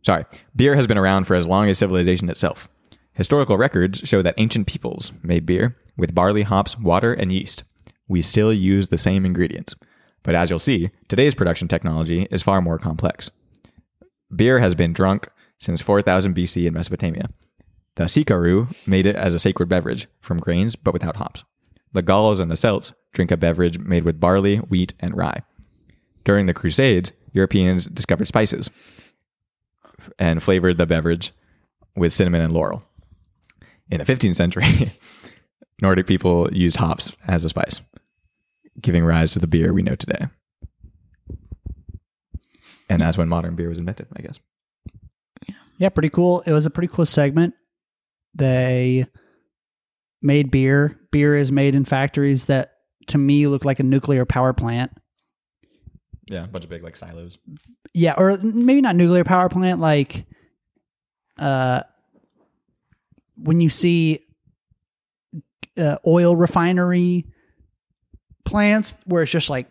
Speaker 2: Sorry, beer has been around for as long as civilization itself. Historical records show that ancient peoples made beer with barley, hops, water, and yeast. We still use the same ingredients. But as you'll see, today's production technology is far more complex. Beer has been drunk since 4000 BC in Mesopotamia. The Sikaru made it as a sacred beverage from grains but without hops. The Gauls and the Celts drink a beverage made with barley, wheat, and rye. During the Crusades, Europeans discovered spices and flavored the beverage with cinnamon and laurel. In the 15th century, Nordic people used hops as a spice, giving rise to the beer we know today. And that's when modern beer was invented, I guess.
Speaker 1: Yeah, pretty cool. It was a pretty cool segment. They made beer. Beer is made in factories that, to me, look like a nuclear power plant.
Speaker 2: Yeah, a bunch of big like silos.
Speaker 1: Yeah, or maybe not nuclear power plant, like uh, when you see uh, oil refinery plants where it's just like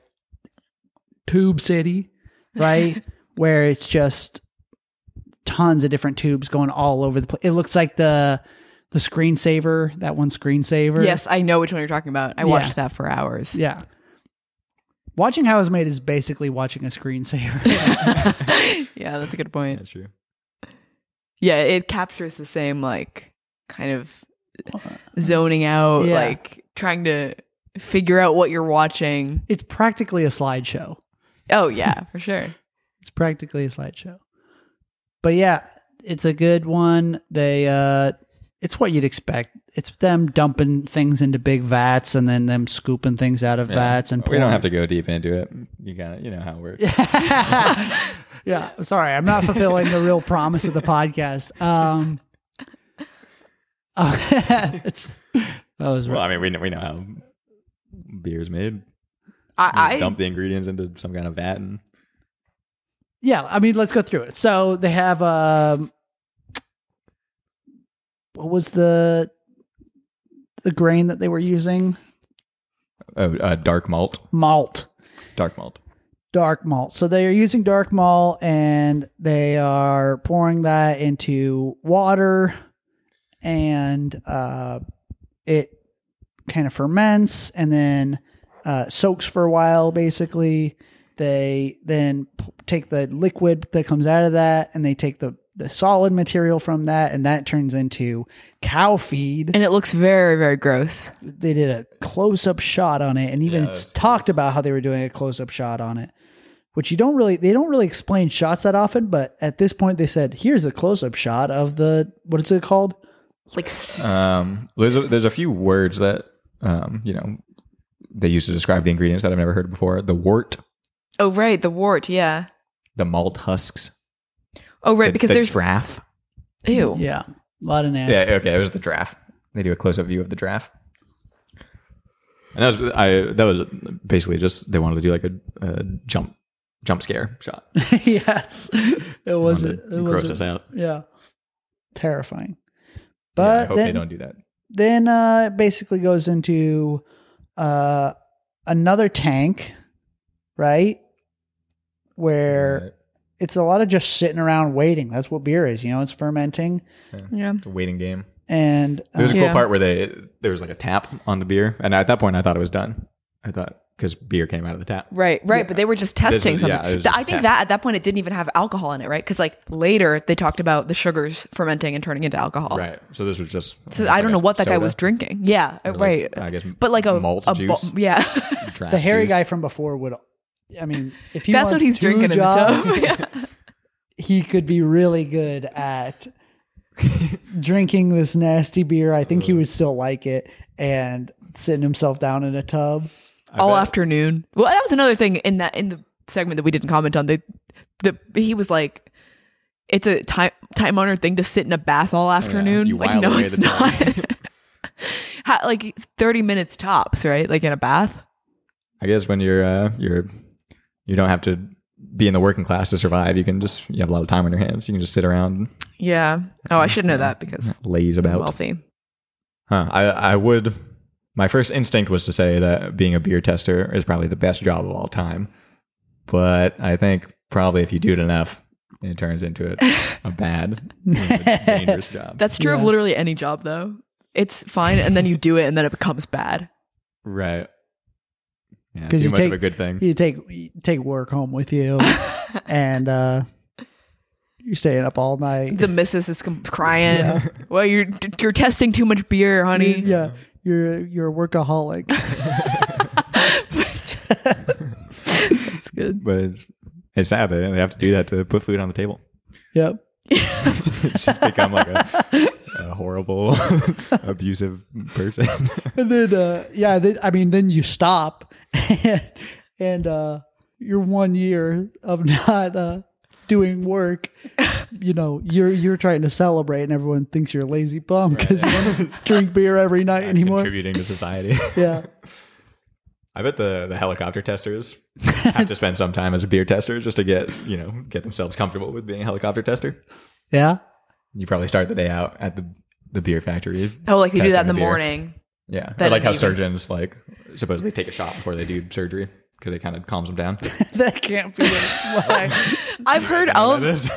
Speaker 1: tube city, right? where it's just tons of different tubes going all over the place. It looks like the the screensaver, that one screensaver.
Speaker 3: Yes, I know which one you're talking about. I
Speaker 1: Yeah.
Speaker 3: watched that for hours.
Speaker 1: Yeah. Watching how it's made is basically watching a screensaver.
Speaker 3: yeah, that's a good point.
Speaker 2: That's true.
Speaker 3: Yeah, it captures the same like kind of zoning out,
Speaker 1: Yeah.
Speaker 3: like trying to figure out what you're watching.
Speaker 1: it's practically a slideshow.
Speaker 3: Oh yeah, for sure.
Speaker 1: It's practically a slideshow. But yeah, it's a good one. They uh it's what you'd expect. It's them dumping things into big vats and then them scooping things out of vats and
Speaker 2: we don't
Speaker 1: pouring-
Speaker 2: have to go deep into it. You got to You know how it works.
Speaker 1: Yeah, sorry, I'm not fulfilling the real promise of the podcast. Um uh, it's, that was
Speaker 2: Well, I mean, we know, we know how beer's made.
Speaker 3: I, I
Speaker 2: dump the ingredients into some kind of vat and
Speaker 1: yeah, I mean, let's go through it. So they have um, what was the the grain that they were using?
Speaker 2: oh, uh, dark malt.
Speaker 1: Malt,
Speaker 2: Dark malt.
Speaker 1: dark malt. So they are using dark malt, and they are pouring that into water, and uh, it kind of ferments, and then uh, soaks for a while. Basically, they then p- take the liquid that comes out of that, and they take the the solid material from that, and that turns into cow feed.
Speaker 3: and it looks very very gross.
Speaker 1: They did a close up shot on it, and even it's talked about how they were doing a close up shot on it, which you don't really they don't really explain shots that often. But at this point, they said, "Here's a close up shot of the what is it called?
Speaker 3: Like s-
Speaker 2: Um, there's a, there's a few words that um, you know they use to describe the ingredients that I've never heard before. The wort,
Speaker 3: oh right, the wart. Yeah.
Speaker 2: the malt husks,
Speaker 3: Oh right,
Speaker 2: the-
Speaker 3: because
Speaker 2: the
Speaker 3: there's
Speaker 2: draft.
Speaker 3: ew.
Speaker 1: Yeah, a lot of nasty.
Speaker 2: Yeah, okay, it was the draft. They do a close up view of the draft. And that was I that was basically just they wanted to do like a, a jump jump scare shot.
Speaker 1: yes, it was it.
Speaker 2: Wanted to
Speaker 1: it
Speaker 2: gross
Speaker 1: was a-
Speaker 2: us out.
Speaker 1: Yeah, terrifying.
Speaker 2: Yeah, I
Speaker 1: But
Speaker 2: hope they
Speaker 1: then,
Speaker 2: don't do that.
Speaker 1: then uh, it basically goes into uh, another tank, right? Where
Speaker 2: Right.
Speaker 1: it's a lot of just sitting around waiting. That's what beer is, you know. It's fermenting,
Speaker 3: Yeah.
Speaker 2: It's a waiting game.
Speaker 1: and uh,
Speaker 2: There was a
Speaker 3: Yeah.
Speaker 2: cool part where they there was like a tap on the beer, and at that point I thought it was done. I thought because beer came out of the tap.
Speaker 3: Right, right, but they were just testing
Speaker 2: This is-
Speaker 3: something.
Speaker 2: yeah, it was
Speaker 3: Th-
Speaker 2: just
Speaker 3: I think
Speaker 2: test.
Speaker 3: that at that point it didn't even have alcohol in it, right? Because like later they talked about the sugars fermenting and turning into alcohol.
Speaker 2: Right. So this was just.
Speaker 3: Uh, So
Speaker 2: it's
Speaker 3: I
Speaker 2: like
Speaker 3: don't
Speaker 2: a
Speaker 3: know what that guy
Speaker 2: soda,
Speaker 3: was drinking. Yeah,
Speaker 2: like,
Speaker 3: right.
Speaker 2: I guess
Speaker 3: but like a
Speaker 2: malt
Speaker 3: a bo-
Speaker 2: juice.
Speaker 3: yeah,
Speaker 2: draft
Speaker 1: the hairy
Speaker 2: juice.
Speaker 1: guy from before would. I mean, if he
Speaker 3: that's
Speaker 1: wants
Speaker 3: what he's
Speaker 1: two
Speaker 3: drinking
Speaker 1: jobs,
Speaker 3: in the tub. Yeah.
Speaker 1: he could be really good at drinking this nasty beer. I think he would still like it and sitting himself down in a tub.
Speaker 2: I
Speaker 3: All
Speaker 2: bet.
Speaker 3: afternoon. Well, that was another thing in that in the segment that we didn't comment on. They, the he was like. It's a time time honored thing to sit in a bath all
Speaker 2: Oh,
Speaker 3: afternoon.
Speaker 2: You
Speaker 3: Like
Speaker 2: while
Speaker 3: no,
Speaker 2: away
Speaker 3: it's
Speaker 2: the
Speaker 3: not.
Speaker 2: time.
Speaker 3: How, like thirty minutes tops, right? Like in a bath.
Speaker 2: I guess when you're uh, you're you don't have to be in the working class to survive. You can just you have a lot of time on your hands. You can just sit around
Speaker 3: Yeah. Oh, I should know that because
Speaker 2: and laze about.
Speaker 3: wealthy.
Speaker 2: Huh. I I would. My first instinct was to say that being a beer tester is probably the best job of all time, but I think probably if you do it enough, it turns into a, a bad, dangerous job.
Speaker 3: That's true of
Speaker 1: Yeah.
Speaker 3: literally any job, though. It's fine, and then you do it, and then it becomes bad.
Speaker 2: right. Yeah,
Speaker 1: 'Cause
Speaker 2: too
Speaker 1: you
Speaker 2: much
Speaker 1: take-
Speaker 2: of a good thing.
Speaker 1: You take you take work home with you, and uh, you're staying up all night.
Speaker 3: The missus is com- crying. Well, you're you're testing too much beer, honey.
Speaker 1: yeah, you're you're a workaholic.
Speaker 3: That's good.
Speaker 2: But it's, it's sad that they have to do that to put food on the table.
Speaker 1: yep.
Speaker 2: It's just become like a, a horrible, abusive person.
Speaker 1: and then uh yeah then, i mean then you stop and, and uh your one year of not uh doing work you know you're you're trying to celebrate and everyone thinks you're a lazy bum because you don't drink beer every night anymore
Speaker 2: Contributing to society.
Speaker 1: yeah
Speaker 2: I bet the, the helicopter testers have to spend some time as a beer tester just to get, you know, get themselves comfortable with being a helicopter tester.
Speaker 1: yeah
Speaker 2: You probably start the day out at the the beer factory.
Speaker 3: Oh, like they do that in
Speaker 2: testing
Speaker 3: the
Speaker 2: beer.
Speaker 3: morning.
Speaker 2: Yeah,
Speaker 3: That
Speaker 2: or like how
Speaker 3: evening.
Speaker 2: surgeons like supposedly take a shot before they do surgery because it kind of calms them down.
Speaker 1: that can't be right.
Speaker 3: I've heard
Speaker 2: That
Speaker 3: of
Speaker 2: is-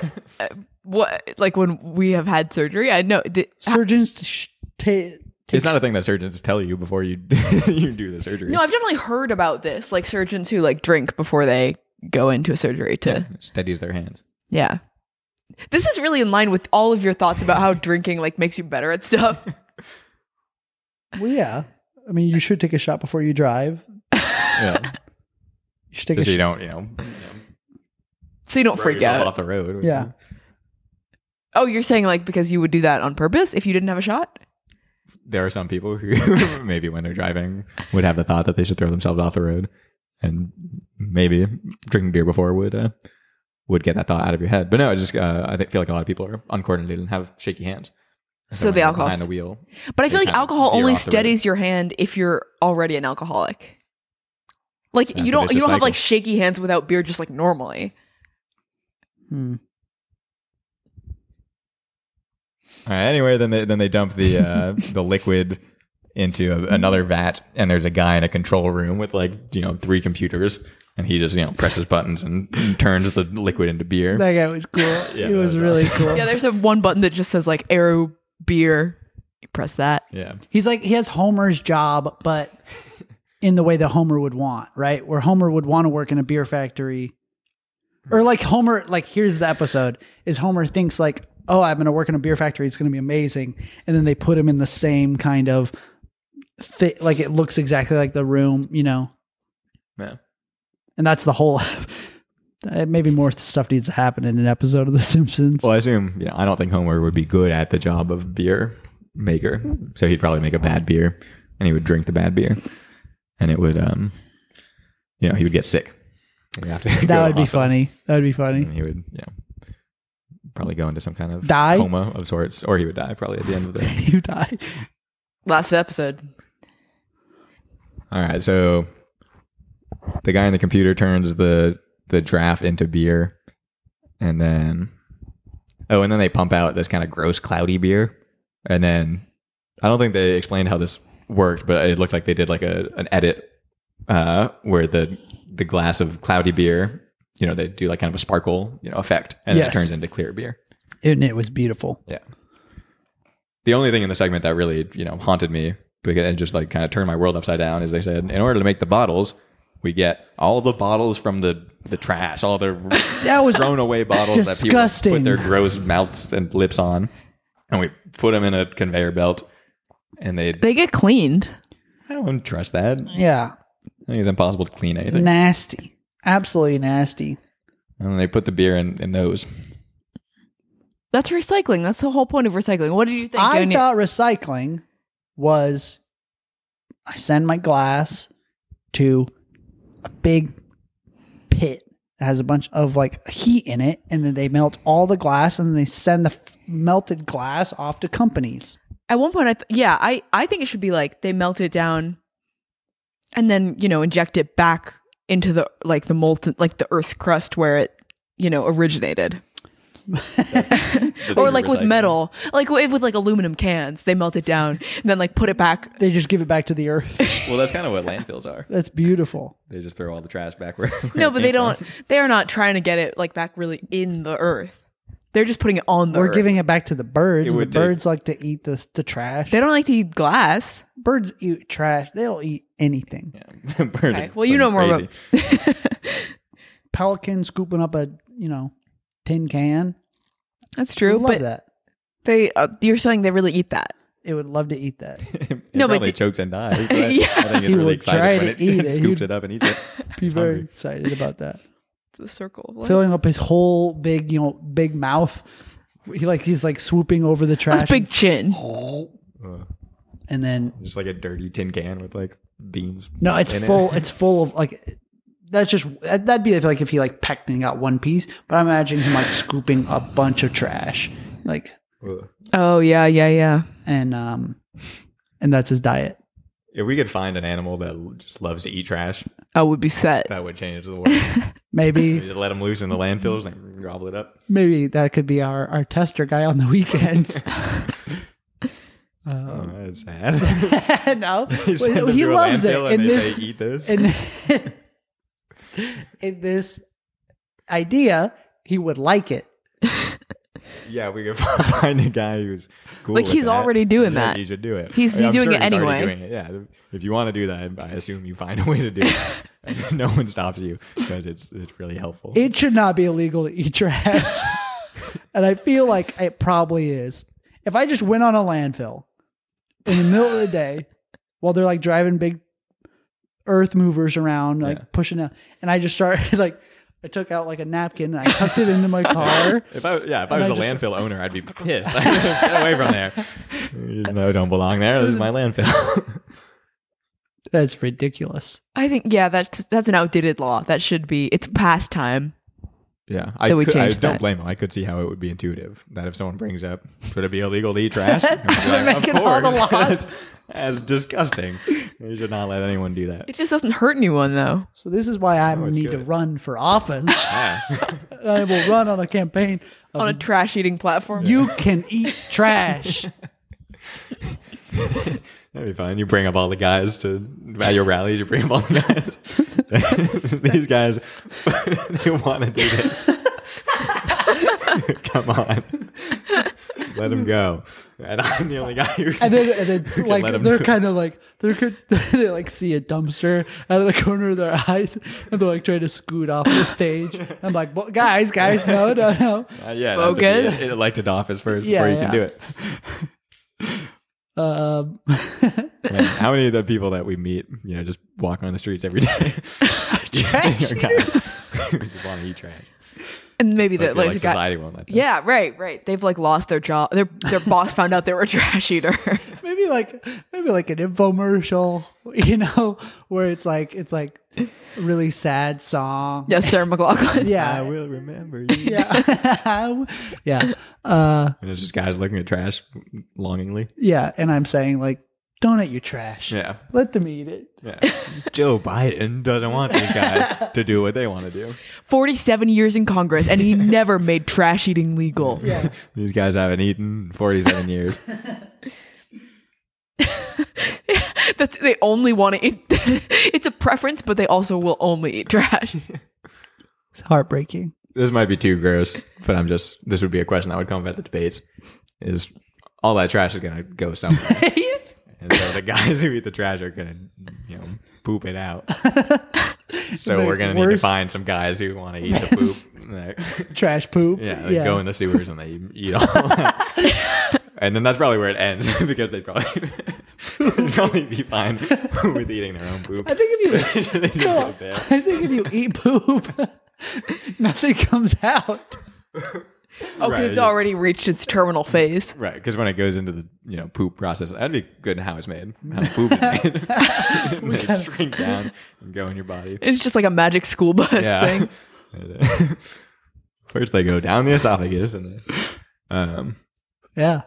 Speaker 3: what like when we have had surgery. I know. Did,
Speaker 1: Surgeons sh- ta- take
Speaker 2: it's not a thing that surgeons tell you before you you do the surgery.
Speaker 3: no, I've definitely heard about this. Like surgeons who like drink before they go into a surgery to
Speaker 2: It steadies their hands.
Speaker 3: Yeah. This is really in line with all of your thoughts about how drinking like makes you better at stuff.
Speaker 1: Well, yeah. I mean, you should take a shot before you drive.
Speaker 2: Yeah,
Speaker 1: You should take a
Speaker 2: so you
Speaker 1: shot.
Speaker 2: don't you know
Speaker 3: So you don't freak
Speaker 2: yourself
Speaker 3: out.
Speaker 2: off the road.
Speaker 1: Yeah.
Speaker 3: Oh, you're saying like because you would do that on purpose if you didn't have a shot?
Speaker 2: there are some people who maybe when they're driving would have the thought that they should throw themselves off the road, and maybe drinking beer before would uh, would get that thought out of your head. But no, I just uh, I think, feel like a lot of people are uncoordinated and have shaky hands.
Speaker 3: So the
Speaker 2: when they're
Speaker 3: alcohol.
Speaker 2: behind the wheel.
Speaker 3: But I feel
Speaker 2: they
Speaker 3: like
Speaker 2: kind of
Speaker 3: alcohol
Speaker 2: veer
Speaker 3: only
Speaker 2: off the road.
Speaker 3: steadies your hand if you're already an alcoholic. Like
Speaker 2: That's
Speaker 3: you
Speaker 2: a
Speaker 3: don't you
Speaker 2: vicious
Speaker 3: don't have like
Speaker 2: cycle.
Speaker 3: shaky hands without beer just like normally.
Speaker 1: Hmm.
Speaker 2: All right, anyway, then they then they dump the uh, the liquid into a, another vat, and there's a guy in a control room with like you know three computers, and he just you know presses buttons and turns the liquid into beer.
Speaker 1: That guy was cool.
Speaker 2: Yeah,
Speaker 1: it
Speaker 2: that
Speaker 1: was
Speaker 2: was
Speaker 1: really cool.
Speaker 3: Yeah, there's a one button that just says like arrow beer. You press that.
Speaker 2: yeah,
Speaker 1: He's like, he has Homer's job, but in the way that Homer would want, right? Where Homer would want to work in a beer factory. Or like Homer, like here's the episode, is Homer thinks like, oh, I'm going to work in a beer factory. It's going to be amazing. And then they put him in the same kind of, thi- like it looks exactly like the room, you know?
Speaker 2: yeah.
Speaker 1: And that's the whole. Uh, Maybe more stuff needs to happen in an episode of The Simpsons.
Speaker 2: Well, I assume you know I don't think Homer would be good at the job of beer maker, so he'd probably make a bad beer, and he would drink the bad beer, and it would um, you know, he would get sick. He'd have to go to the
Speaker 1: that would be
Speaker 2: hospital.
Speaker 1: funny. That would be funny.
Speaker 2: And he would, yeah, probably go into some kind of
Speaker 1: Die?
Speaker 2: coma of sorts, or he would die probably at the end of the.
Speaker 1: you die.
Speaker 3: Last episode.
Speaker 2: All right, so the guy in the computer turns the the draft into beer, and then oh, and then they pump out this kind of gross cloudy beer, and then I don't think they explained how this worked, but it looked like they did like a an edit uh, where the the glass of cloudy beer, you know, they do like kind of a sparkle, you know, effect, and then
Speaker 1: Yes.
Speaker 2: it turns into clear beer.
Speaker 1: And it was beautiful.
Speaker 2: Yeah. The only thing in the segment that really, you know, haunted me because and just like kind of turned my world upside down is they said, in order to make the bottles, we get all the bottles from the the trash, all the
Speaker 1: That was
Speaker 2: thrown away bottles
Speaker 1: disgusting.
Speaker 2: that people put their gross mouths and lips on, and we put them in a conveyor belt, and they
Speaker 3: They get cleaned.
Speaker 2: I don't trust that. I
Speaker 1: yeah
Speaker 2: think it's impossible to clean anything.
Speaker 1: nasty, absolutely nasty.
Speaker 2: And then they put the beer in, in those.
Speaker 3: That's recycling. That's the whole point of recycling. What did you think?
Speaker 1: I
Speaker 3: Any-
Speaker 1: thought recycling was I send my glass to a big pit that has a bunch of like heat in it, and then they melt all the glass, and then they send the f- melted glass off to companies.
Speaker 3: At one point, I th- yeah, I I think it should be like they melt it down, and then you know inject it back into the like the molten like the Earth's crust where it you know originated, or like with metal, like if with like aluminum cans, they melt it down and then like put it back.
Speaker 1: They just give it back to the earth.
Speaker 2: Well, that's kind of what landfills are.
Speaker 1: That's beautiful.
Speaker 2: They just throw all the trash back where. where
Speaker 3: No,
Speaker 2: it
Speaker 3: but
Speaker 2: came from.
Speaker 3: they don't. They are not trying to get it like back really in the Earth. They're just putting it on the.
Speaker 1: We're
Speaker 3: Earth.
Speaker 1: giving it back to the birds.
Speaker 2: It
Speaker 1: The
Speaker 2: would take-
Speaker 1: birds like to eat the the trash.
Speaker 3: They don't like to eat glass.
Speaker 1: birds eat trash. They don't eat anything.
Speaker 2: Birds are
Speaker 3: Okay. Well,
Speaker 2: fucking
Speaker 3: you know more
Speaker 2: crazy.
Speaker 3: about.
Speaker 1: Pelican scooping up a you know tin can.
Speaker 3: That's
Speaker 1: I
Speaker 3: true,
Speaker 1: love
Speaker 3: but
Speaker 1: that.
Speaker 3: they. Uh, you're saying they really eat that.
Speaker 1: It would love to eat that.
Speaker 2: It
Speaker 3: No, but
Speaker 2: probably
Speaker 3: di-
Speaker 2: chokes and dies. But
Speaker 3: Yeah.
Speaker 2: I think
Speaker 1: He
Speaker 2: it's
Speaker 1: will
Speaker 2: really excited
Speaker 1: try
Speaker 2: when
Speaker 1: to
Speaker 2: it,
Speaker 1: eat it.
Speaker 2: scoops
Speaker 1: He'd-
Speaker 2: it up and eats it.
Speaker 1: Be
Speaker 2: He's
Speaker 1: very
Speaker 2: hungry.
Speaker 1: excited about that.
Speaker 3: The circle. Of life.
Speaker 1: Filling up his whole big you know big mouth. He like he's like swooping over the trash,
Speaker 3: That's big chin.
Speaker 1: and then
Speaker 2: Just like a dirty tin can with like beans.
Speaker 1: no, it's
Speaker 2: in it.
Speaker 1: full. It's full of like. That's just that'd be like if he like pecked and got one piece, but I imagine him like scooping a bunch of trash, like
Speaker 2: Ugh.
Speaker 3: Oh yeah, yeah, yeah.
Speaker 1: and um, and that's his diet.
Speaker 2: If we could find an animal that l- just loves to eat trash,
Speaker 3: I would be set.
Speaker 2: That would change the world.
Speaker 1: Maybe
Speaker 2: You just let them loose in the landfills and gobble it up.
Speaker 1: maybe that could be our, our tester guy on the weekends.
Speaker 2: Oh, that's sad.
Speaker 1: no,
Speaker 2: You send
Speaker 1: Well,
Speaker 2: them
Speaker 1: he
Speaker 2: through a
Speaker 1: loves it.
Speaker 2: landfill
Speaker 1: In
Speaker 2: and they
Speaker 1: this
Speaker 2: say, eat this.
Speaker 1: in, in this idea, he would like it.
Speaker 2: yeah, we could find a guy who's cool.
Speaker 3: Like,
Speaker 2: with
Speaker 3: he's
Speaker 2: that.
Speaker 3: already doing
Speaker 2: Yes,
Speaker 3: that.
Speaker 2: He should do it.
Speaker 3: He's- he's
Speaker 2: I'm
Speaker 3: doing
Speaker 2: sure
Speaker 3: it
Speaker 2: he's already
Speaker 3: anyway.
Speaker 2: doing it, Yeah. If you want to do that, I assume you find a way to do it. no one stops you because it's it's really helpful.
Speaker 1: It should not be illegal to eat trash. and I feel like it probably is. If I just went on a landfill in the middle of the day while they're like driving big earth movers around, like
Speaker 2: Yeah.
Speaker 1: pushing out, and I just started like, I took out like a napkin and I tucked it into my car.
Speaker 2: If I yeah, if I
Speaker 1: And
Speaker 2: was
Speaker 1: I just-
Speaker 2: a landfill owner, I'd be pissed. Get away from there. You know, I don't belong there. This is my landfill.
Speaker 1: That's ridiculous.
Speaker 3: I think yeah, that's that's an outdated law. That should be it's past time.
Speaker 2: yeah, I,
Speaker 3: That we
Speaker 2: could, I
Speaker 3: changed
Speaker 2: don't
Speaker 3: that.
Speaker 2: blame him. I could see how it would be intuitive that if someone brings up, should it be illegal to eat trash? I'd be like,
Speaker 1: Making all the laws.
Speaker 2: that's, that's disgusting. You should not let anyone do that.
Speaker 3: It just doesn't hurt anyone though.
Speaker 1: So this is why I
Speaker 2: Oh, it's
Speaker 1: need to
Speaker 2: good.
Speaker 1: run for office.
Speaker 2: Yeah.
Speaker 1: I will run on a campaign of
Speaker 3: On a trash eating platform.
Speaker 1: you can eat trash.
Speaker 2: That'd be fine. You bring up all the guys to at your rallies. You bring up all the guys. These guys, they want to do this. Come on, let them go. And I'm the only guy who.
Speaker 1: And then, and it's
Speaker 2: can
Speaker 1: like
Speaker 2: let 'em
Speaker 1: they're
Speaker 2: do it.
Speaker 1: kind of like they're good. They like see a dumpster out of the corner of their eyes, and they're like trying to scoot off the stage. I'm like, well, guys, guys, no, no, no.
Speaker 2: Uh, yeah, that'd be
Speaker 3: Focus.
Speaker 2: it. elected office first
Speaker 1: Yeah,
Speaker 2: before you
Speaker 1: yeah.
Speaker 2: can do it.
Speaker 1: Um,
Speaker 2: Man, how many of the people that we meet, you know, just walk on the streets every day?
Speaker 1: trash
Speaker 2: Are guys who just want to eat trash.
Speaker 3: and maybe
Speaker 2: I
Speaker 3: that
Speaker 2: feel
Speaker 3: like,
Speaker 2: like
Speaker 3: the guy-
Speaker 2: society won't let them.
Speaker 3: Yeah, right, right. They've like lost their job. Their their boss found out they were a trash eater.
Speaker 1: maybe like maybe like an infomercial, you know, where it's like it's like a really sad song.
Speaker 3: yes, Sarah McLaughlin.
Speaker 2: I
Speaker 1: Yeah.
Speaker 2: will remember you.
Speaker 1: Yeah. yeah. Uh,
Speaker 2: And it's just guys looking at trash longingly.
Speaker 1: yeah. And I'm saying like, don't eat your trash.
Speaker 2: Yeah.
Speaker 1: Let them eat it.
Speaker 2: Yeah. Joe Biden doesn't want these guys to do what they want to do.
Speaker 3: Forty-seven years in Congress, and he never made trash eating legal.
Speaker 2: These guys haven't eaten in 47 years.
Speaker 3: That's they only want to eat. it's a preference, but they also will only eat trash.
Speaker 1: It's heartbreaking.
Speaker 2: This might be too gross, but I'm just, this would be a question that would come up at the debates is all that trash is going to go somewhere. and so the guys who eat the trash are going to, you know, poop it out. So
Speaker 1: Make
Speaker 2: we're going to need to
Speaker 1: worse.
Speaker 2: find some guys who want to eat the poop.
Speaker 1: trash poop.
Speaker 2: yeah, they go in the sewers and they eat all that. And then that's probably where it ends because they'd probably, they'd probably be fine with eating their own poop.
Speaker 1: I think if you
Speaker 2: So they just
Speaker 1: No,
Speaker 2: live there.
Speaker 1: I think if you eat poop, nothing comes out.
Speaker 3: Oh, 'cause
Speaker 2: Right,
Speaker 3: it's
Speaker 2: it is.
Speaker 3: already reached its terminal phase.
Speaker 2: Right, because when it goes into the you know poop process, that'd be good in how it's made, how the poop is made. And then it shrink down and go in your body.
Speaker 3: It's just like a magic school bus
Speaker 2: Yeah.
Speaker 3: thing.
Speaker 2: First they go down the esophagus, and then, um,
Speaker 1: Yeah.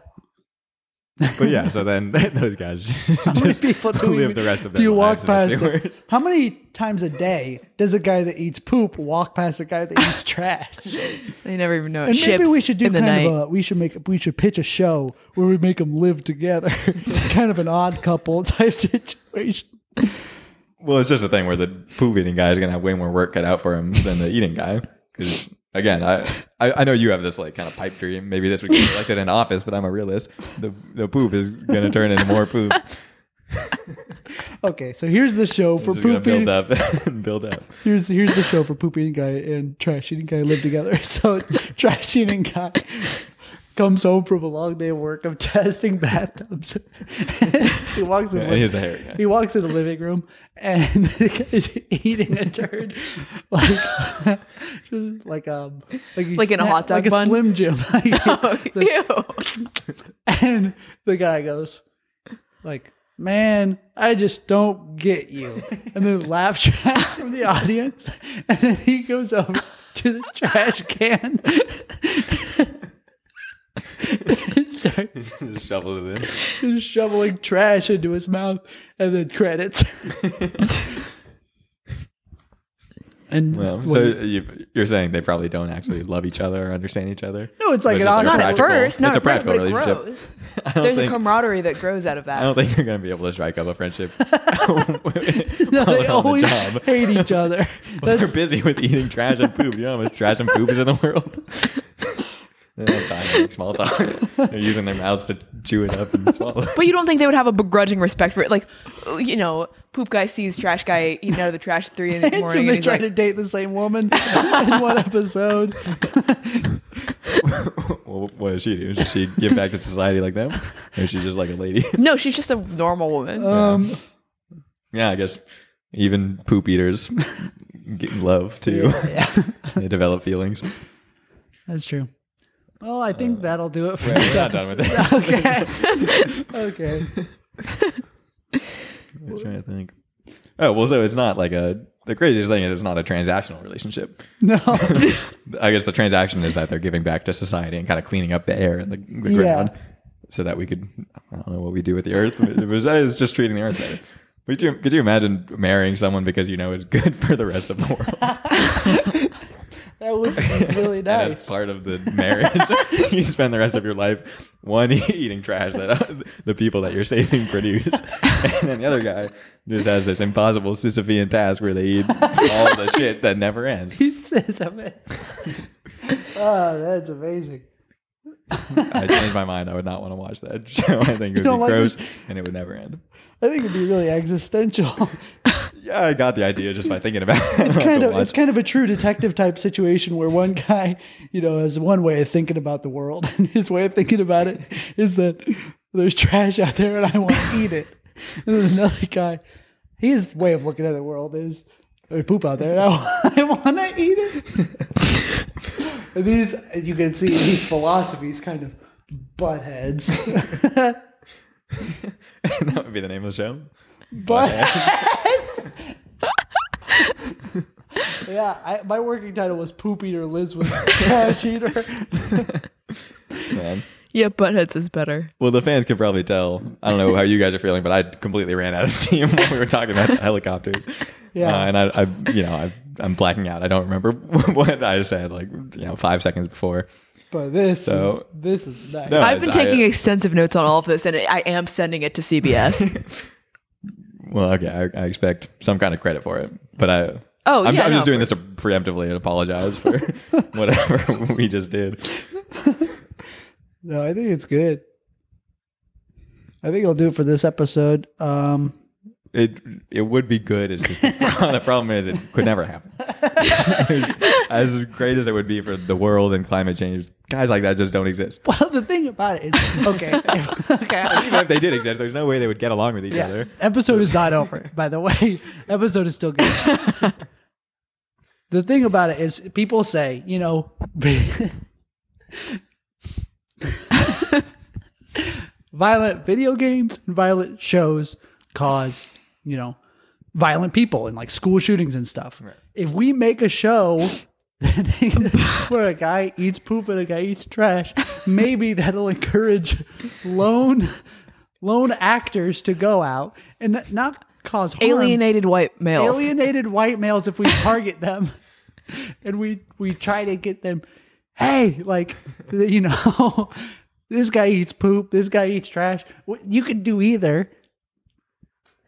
Speaker 2: but yeah, so then those guys
Speaker 1: How many
Speaker 2: just
Speaker 1: people do
Speaker 2: live
Speaker 1: we-
Speaker 2: the rest of their
Speaker 1: do you walk
Speaker 2: lives
Speaker 1: past?
Speaker 2: in the
Speaker 1: it?
Speaker 2: sewers.
Speaker 1: How many times a day does a guy that eats poop walk past a guy that eats trash?
Speaker 3: They never even know. it.
Speaker 1: And maybe
Speaker 3: Ships
Speaker 1: we should do
Speaker 3: in
Speaker 1: kind
Speaker 3: the night.
Speaker 1: of a we should make we should pitch a show where we make them live together. it's kind of an odd couple type situation.
Speaker 2: Well, it's just a thing where the poop eating guy is gonna have way more work cut out for him than the eating guy. Because again, I, I I know you have this like kind of pipe dream. Maybe this would get elected in office, but I'm a realist. The the poop is gonna turn into more poop.
Speaker 1: Okay, so here's the show for
Speaker 2: It's gonna
Speaker 1: poop
Speaker 2: build
Speaker 1: eating.
Speaker 2: up and build up.
Speaker 1: Here's here's the show for poop eating guy and trash eating guy live together. So trash eating guy comes home from a long day of work of testing bathtubs. he walks in.
Speaker 2: And here's the hairy guy.
Speaker 1: he walks in the living room and the guy's eating a turd like just like um like, he
Speaker 3: Like in a
Speaker 1: snapped-
Speaker 3: hot dog
Speaker 1: like
Speaker 3: bun? Oh,
Speaker 1: a slim jim
Speaker 3: Ew.
Speaker 1: and the guy goes like man i just don't get you and then laugh track from the audience and then he goes over to the trash can and starts
Speaker 2: Just shovels it in.
Speaker 1: shoveling trash into his mouth and then credits And
Speaker 2: Well,
Speaker 1: when
Speaker 2: so
Speaker 1: you-
Speaker 2: you, you're saying they probably don't actually love each other or understand each other?
Speaker 1: No, it's like
Speaker 2: Which
Speaker 1: an
Speaker 2: is
Speaker 1: honor-
Speaker 3: Not
Speaker 1: They're
Speaker 3: at
Speaker 2: practical-
Speaker 3: first. Not
Speaker 2: it's
Speaker 3: at
Speaker 2: a
Speaker 3: first,
Speaker 2: practical
Speaker 3: but it
Speaker 2: relationship.
Speaker 3: grows.
Speaker 2: I don't
Speaker 3: There's
Speaker 2: think,
Speaker 3: a camaraderie that grows out of
Speaker 2: I don't
Speaker 3: that.
Speaker 2: think you're going to be able to strike up a friendship.
Speaker 1: no,
Speaker 2: while
Speaker 1: they
Speaker 2: they're on oh, the
Speaker 1: always
Speaker 2: job.
Speaker 1: hate each other.
Speaker 2: They're busy with eating trash and poop. You know how much trash and poop is in the world? they don't have time to make small talk. They're using their mouths to chew it up and swallow. it.
Speaker 3: But you don't think they would have a begrudging respect for it? Like, you know, poop guy sees trash guy eating out of the trash at three in the
Speaker 1: I assume
Speaker 3: morning.
Speaker 1: they
Speaker 3: and he's
Speaker 1: try
Speaker 3: like,
Speaker 1: to date the same woman in one episode.
Speaker 2: well, what does she do? Does she give back to society like them? Or is she just like a lady?
Speaker 3: no, she's just a normal woman.
Speaker 1: Um,
Speaker 2: Yeah, I guess even poop eaters get love too. they develop feelings.
Speaker 1: that's true. Well, I think that'll do it for
Speaker 2: Uh, We're
Speaker 1: this
Speaker 2: not
Speaker 1: episode.
Speaker 2: done with that.
Speaker 1: Okay. okay.
Speaker 2: I'm trying to think. Oh well, so it's not like a. The craziest thing is it's not a transactional relationship.
Speaker 1: No.
Speaker 2: I guess the transaction is that they're giving back to society and kind of cleaning up the air and the, the
Speaker 1: Yeah.
Speaker 2: ground, so that we could. I don't know what we do with the earth. It was, it was just treating the earth better. Could you, could you imagine marrying someone because you know it's good for the rest of the world?
Speaker 1: That would be really
Speaker 2: And as
Speaker 1: nice.
Speaker 2: part of the marriage, you spend the rest of your life one eating trash that uh, the people that you're saving produce, and then the other guy just has this impossible Sisyphean task where they eat all the shit that never ends.
Speaker 1: Pieces of it. Oh, that's amazing.
Speaker 2: I changed my mind. I would not want to watch that show. I think it would
Speaker 1: don't
Speaker 2: be
Speaker 1: like
Speaker 2: gross
Speaker 1: it?
Speaker 2: and it would never end.
Speaker 1: I think it'd be really existential.
Speaker 2: Yeah, I got the idea just by thinking about it.
Speaker 1: It's kind of it's kind of a true detective type situation where one guy, you know, has one way of thinking about the world, and his way of thinking about it is that there's trash out there and I want to eat it. And then another guy, his way of looking at the world is there's poop out there and I, want to eat it. and these, as you can see, these philosophies kind of butt heads.
Speaker 2: that would be the name of the show.
Speaker 1: But yeah, I, my working title was Poop Eater Lives with Trash Eater.
Speaker 2: Man.
Speaker 3: yeah, buttheads is better.
Speaker 2: Well, the fans could probably tell. I don't know how you guys are feeling, but I completely ran out of steam when we were talking about the helicopters.
Speaker 1: Yeah.
Speaker 2: Uh, and I, I, you know, I, I'm blacking out. I don't remember what I said, like, you know, five seconds before.
Speaker 1: But this
Speaker 2: So-
Speaker 1: is this is nice.
Speaker 2: No.
Speaker 3: I've been
Speaker 2: I-
Speaker 3: taking extensive notes on all of this, and I am sending it to CBS.
Speaker 2: Well, okay, I, I expect some kind of credit for it, but I.
Speaker 3: Oh,
Speaker 2: I'm,
Speaker 3: yeah,
Speaker 2: I'm
Speaker 3: no,
Speaker 2: just
Speaker 3: of
Speaker 2: doing this to preemptively and apologize for whatever we just did.
Speaker 1: No, I think it's good. I think I'll do it for this episode. Um,
Speaker 2: It it would be good. It's just the, pro- the problem is it could never happen. as, as great as it would be for the world and climate change, guys like that just don't exist.
Speaker 1: well, the thing about it is, okay, okay,
Speaker 2: Even if they did exist, there's no way they would get along with each
Speaker 1: yeah.
Speaker 2: other.
Speaker 1: Episode is not over, by the way. Episode is still good. the thing about it is, people say, you know, violent video games and violent shows cause, you know, violent people and like school shootings and stuff. If we make a show where a guy eats poop and a guy eats trash, maybe that'll encourage lone lone actors to go out and not cause harm.
Speaker 3: Alienated white males.
Speaker 1: alienated white males if we target them and we we try to get them hey like th- you know this guy eats poop this guy eats trash Wh- you could do either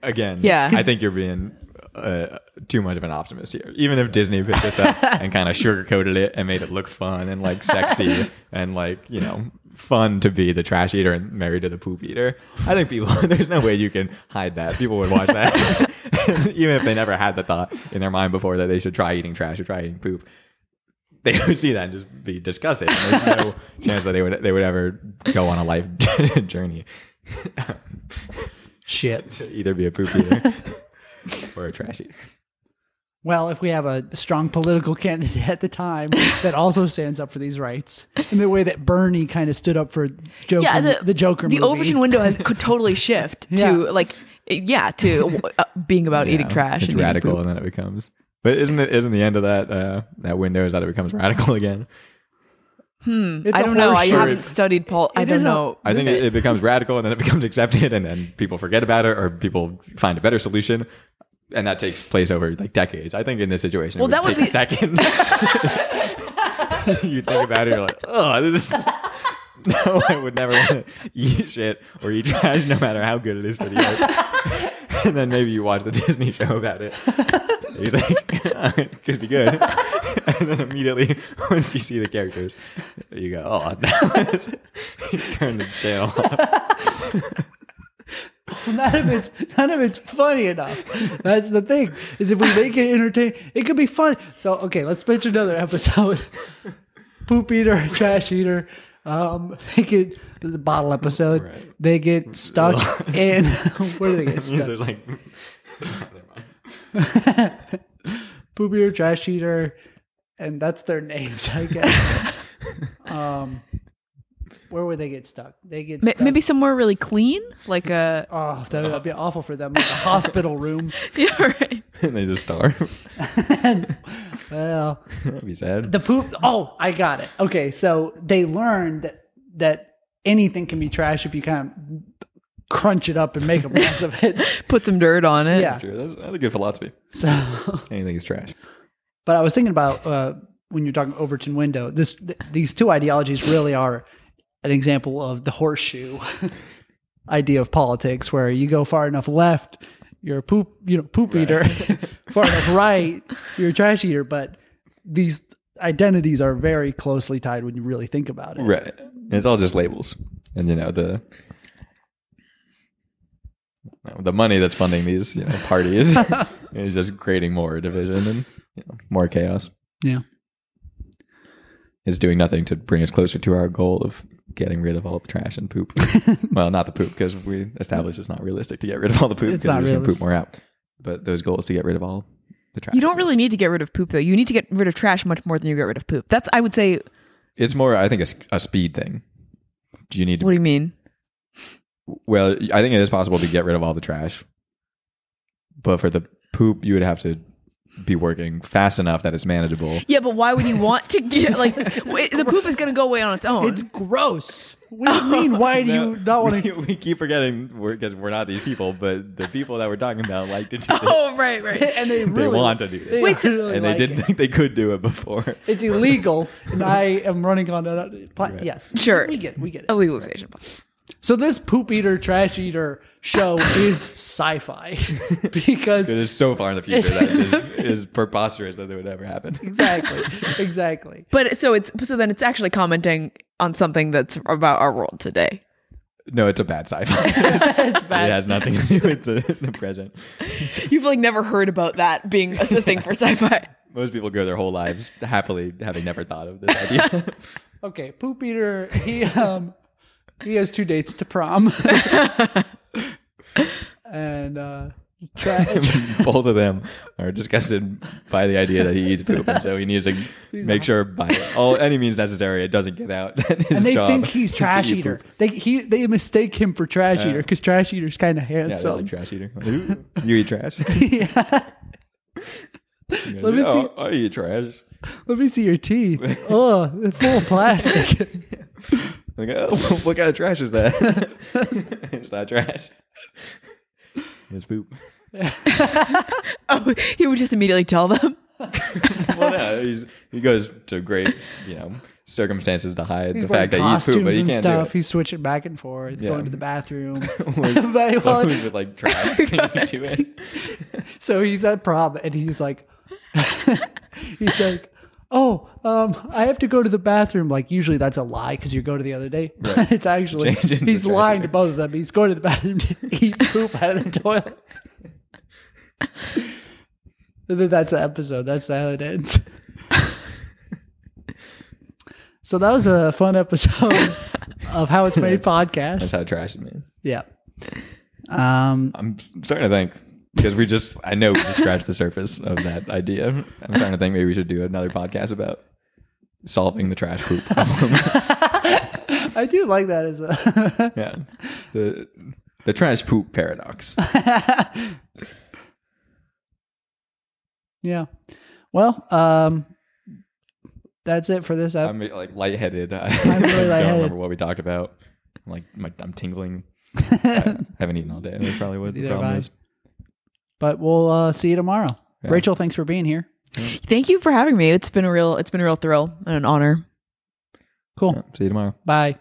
Speaker 2: Again,
Speaker 3: Yeah.
Speaker 2: I think you're being uh, too much of an optimist here. Even if Disney picked this up and kind of sugarcoated it and made it look fun and like sexy and like you know fun to be the trash eater and married to the poop eater, I think people there's no way you can hide that. People would watch that, even if they never had the thought in their mind before that they should try eating trash or try eating poop. They would see that and just be disgusted. And there's no chance that they would they would ever go on a life journey
Speaker 1: shit
Speaker 2: to either be a poop eater or a trash eater.
Speaker 1: well if we have a strong political candidate at the time that also stands up for these rights in the way that bernie kind of stood up for joker
Speaker 3: yeah,
Speaker 1: the, joker
Speaker 3: The
Speaker 1: movie.
Speaker 3: Overton window has could totally shift
Speaker 1: Yeah.
Speaker 3: to like, yeah, to uh, being about eating
Speaker 2: Yeah,
Speaker 3: trash.
Speaker 2: It's
Speaker 3: and eating
Speaker 2: radical,
Speaker 3: poop.
Speaker 2: and then it becomes. But isn't it? Isn't the end of that uh, that window is that it becomes radical again?
Speaker 1: It's
Speaker 3: I
Speaker 1: a
Speaker 3: don't know. I
Speaker 1: horseshoe.
Speaker 3: haven't studied Paul. I
Speaker 1: it is
Speaker 3: don't
Speaker 1: a-
Speaker 3: know.
Speaker 2: I think it, it becomes radical, and then it becomes accepted, and then people forget about it, or people find a better solution. and that takes place over like decades. I think in this situation,
Speaker 3: Well,
Speaker 2: it
Speaker 3: that
Speaker 2: would take
Speaker 3: would
Speaker 2: a second. you think about it, you're like, oh, this is. No, I would never want to eat shit or eat trash, no matter how good it is for the earth. and then maybe you watch the Disney show about it. You think "Ah, it could be good, and then immediately once you see the characters, you go, oh, no. you turn the channel off.
Speaker 1: None of it's none of it's funny enough. That's the thing. Is if we make it entertaining, it could be fun. So okay, let's pitch another episode. Poop eater, trash eater. Um, they get the bottle episode.
Speaker 2: Right.
Speaker 1: They get stuck in. Where do they get
Speaker 2: Means
Speaker 1: stuck?
Speaker 2: there's like
Speaker 1: Poop eater, trash eater, and that's their names, I guess. um, where would they get stuck? They get
Speaker 3: Ma-
Speaker 1: stuck.
Speaker 3: maybe somewhere really clean, like uh, a
Speaker 1: Oh, that would be awful for them. Like a hospital room.
Speaker 3: yeah, right.
Speaker 2: and they just starve.
Speaker 1: And, well,
Speaker 2: That'd be sad.
Speaker 1: the poop. Oh, I got it. Okay, so they learned that, that anything can be trash if you kind of crunch it up and make a mess of it.
Speaker 3: Put some dirt on it.
Speaker 1: Yeah.
Speaker 2: Sure, that's, that's a good philosophy.
Speaker 1: So,
Speaker 2: Anything is trash.
Speaker 1: but I was thinking about uh, when you're talking Overton window. This th- these two ideologies really are an example of the horseshoe idea of politics, where you go far enough left, you're a poop, you know, poop eater. far enough right, you're a trash eater. But these identities are very closely tied when you really think about it.
Speaker 2: Right. And it's all just labels. And you know, the the money that's funding these you know, parties is just creating more division and you know, more chaos.
Speaker 1: Yeah.
Speaker 2: Is doing nothing to bring us closer to our goal of getting rid of all the trash and poop. well, not the poop because we established it's not realistic to get rid of all the poop
Speaker 1: It's
Speaker 2: because we're
Speaker 1: not
Speaker 2: just gonna
Speaker 1: realistic.
Speaker 2: poop more out. But those goals to get rid of all the trash.
Speaker 3: You don't really need to get rid of poop though. You need to get rid of trash much more than you get rid of poop. That's I would say.
Speaker 2: It's more, I think, a, s- a speed thing. Do you need to
Speaker 3: What do you mean?
Speaker 2: Well, I think it is possible to get rid of all the trash, but for the poop, you would have to be working fast enough that it's manageable.
Speaker 3: Yeah, but why would you want to get like wait, the poop is going to go away on its own?
Speaker 1: It's gross. What do you mean? Why do you not want
Speaker 2: we,
Speaker 1: to?
Speaker 2: we keep forgetting because we're, not these people, but the people that we're talking about like to do this.
Speaker 3: oh right, right.
Speaker 1: And they
Speaker 2: they
Speaker 1: really
Speaker 2: want to do this,
Speaker 1: they
Speaker 3: Wait, so-
Speaker 1: really
Speaker 2: and they
Speaker 1: like
Speaker 2: didn't
Speaker 1: it.
Speaker 2: think they could do it before.
Speaker 1: It's illegal, and I am running on a pla- yes.
Speaker 3: Sure.
Speaker 1: we get, it, Oh, we get
Speaker 3: A
Speaker 1: it.
Speaker 3: legalization. plan.
Speaker 1: So this poop eater, trash eater show is sci-fi because
Speaker 2: It is so far in the future that it is, it is preposterous that it would ever happen.
Speaker 1: exactly, exactly.
Speaker 3: But so it's so then it's actually commenting on something that's about our world today.
Speaker 2: No, it's a bad sci-fi. it has nothing to do with the, the present.
Speaker 3: You've like never heard about that being a thing for sci-fi.
Speaker 2: Most people go their whole lives happily having never thought of this idea.
Speaker 1: Okay, poop eater. He um he has two dates to prom, and uh, trash.
Speaker 2: both of them are disgusted by the idea that he eats poop, and so he needs to make sure by all any means necessary it doesn't get out. That his
Speaker 1: And they
Speaker 2: job
Speaker 1: think he's
Speaker 2: is to
Speaker 1: trash
Speaker 2: eat
Speaker 1: eater.
Speaker 2: poop.
Speaker 1: They he they mistake him for trash eater because trash eater's kind of
Speaker 2: Yeah, they're
Speaker 1: handsome.
Speaker 2: like trash eater. Ooh, you eat trash.
Speaker 1: yeah. Let me
Speaker 2: oh,
Speaker 1: see.
Speaker 2: I eat trash.
Speaker 1: Let me see your teeth. Oh, they're full of plastic.
Speaker 2: Like, oh, what kind of trash is that? it's not trash. It's poop.
Speaker 3: Oh, he would just immediately tell them.
Speaker 2: Well, no, he's, he goes to great, you know, circumstances to hide the
Speaker 1: He's
Speaker 2: fact that
Speaker 1: wearing
Speaker 2: he eats poop,
Speaker 1: costumes
Speaker 2: but he
Speaker 1: and
Speaker 2: can't
Speaker 1: stuff.
Speaker 2: do it.
Speaker 1: He's switching back and forth,
Speaker 2: Yeah.
Speaker 1: going to the bathroom.
Speaker 2: Wearing
Speaker 1: But- well,
Speaker 2: clothes with like trash clinging to it.
Speaker 1: so he's at prom and he's like, he's like, oh, um, I have to go to the bathroom. Like usually that's a lie because you go to the other day. But
Speaker 2: Right.
Speaker 1: it's actually
Speaker 2: Change into
Speaker 1: he's
Speaker 2: trash
Speaker 1: lying to
Speaker 2: later.
Speaker 1: both of them. He's going to the bathroom to eat poop out of the toilet. and then that's the episode. That's how it ends. so that was a fun episode of How It's Made
Speaker 2: That's
Speaker 1: podcast.
Speaker 2: how trash it means.
Speaker 1: Yeah. Um,
Speaker 2: I'm s- starting to think because we just I know we just scratched the surface of that idea. I'm starting to think maybe we should do another podcast about solving the trash poop problem.
Speaker 1: I do like that as a
Speaker 2: yeah. The the trash poop paradox.
Speaker 1: yeah. Well, um, that's it for this
Speaker 2: I'm
Speaker 1: episode.
Speaker 2: like lightheaded. I
Speaker 1: really
Speaker 2: don't
Speaker 1: lightheaded.
Speaker 2: remember what we talked about. I'm like my, I'm tingling. I haven't eaten all day. That probably what the
Speaker 1: Neither
Speaker 2: problem
Speaker 1: have I.
Speaker 2: is.
Speaker 1: But we'll uh, see you tomorrow. Rachel, thanks for being here.
Speaker 3: Thank you for having me. It's been a real it's been a real thrill and an honor.
Speaker 1: Cool.
Speaker 2: See you tomorrow.
Speaker 1: Bye.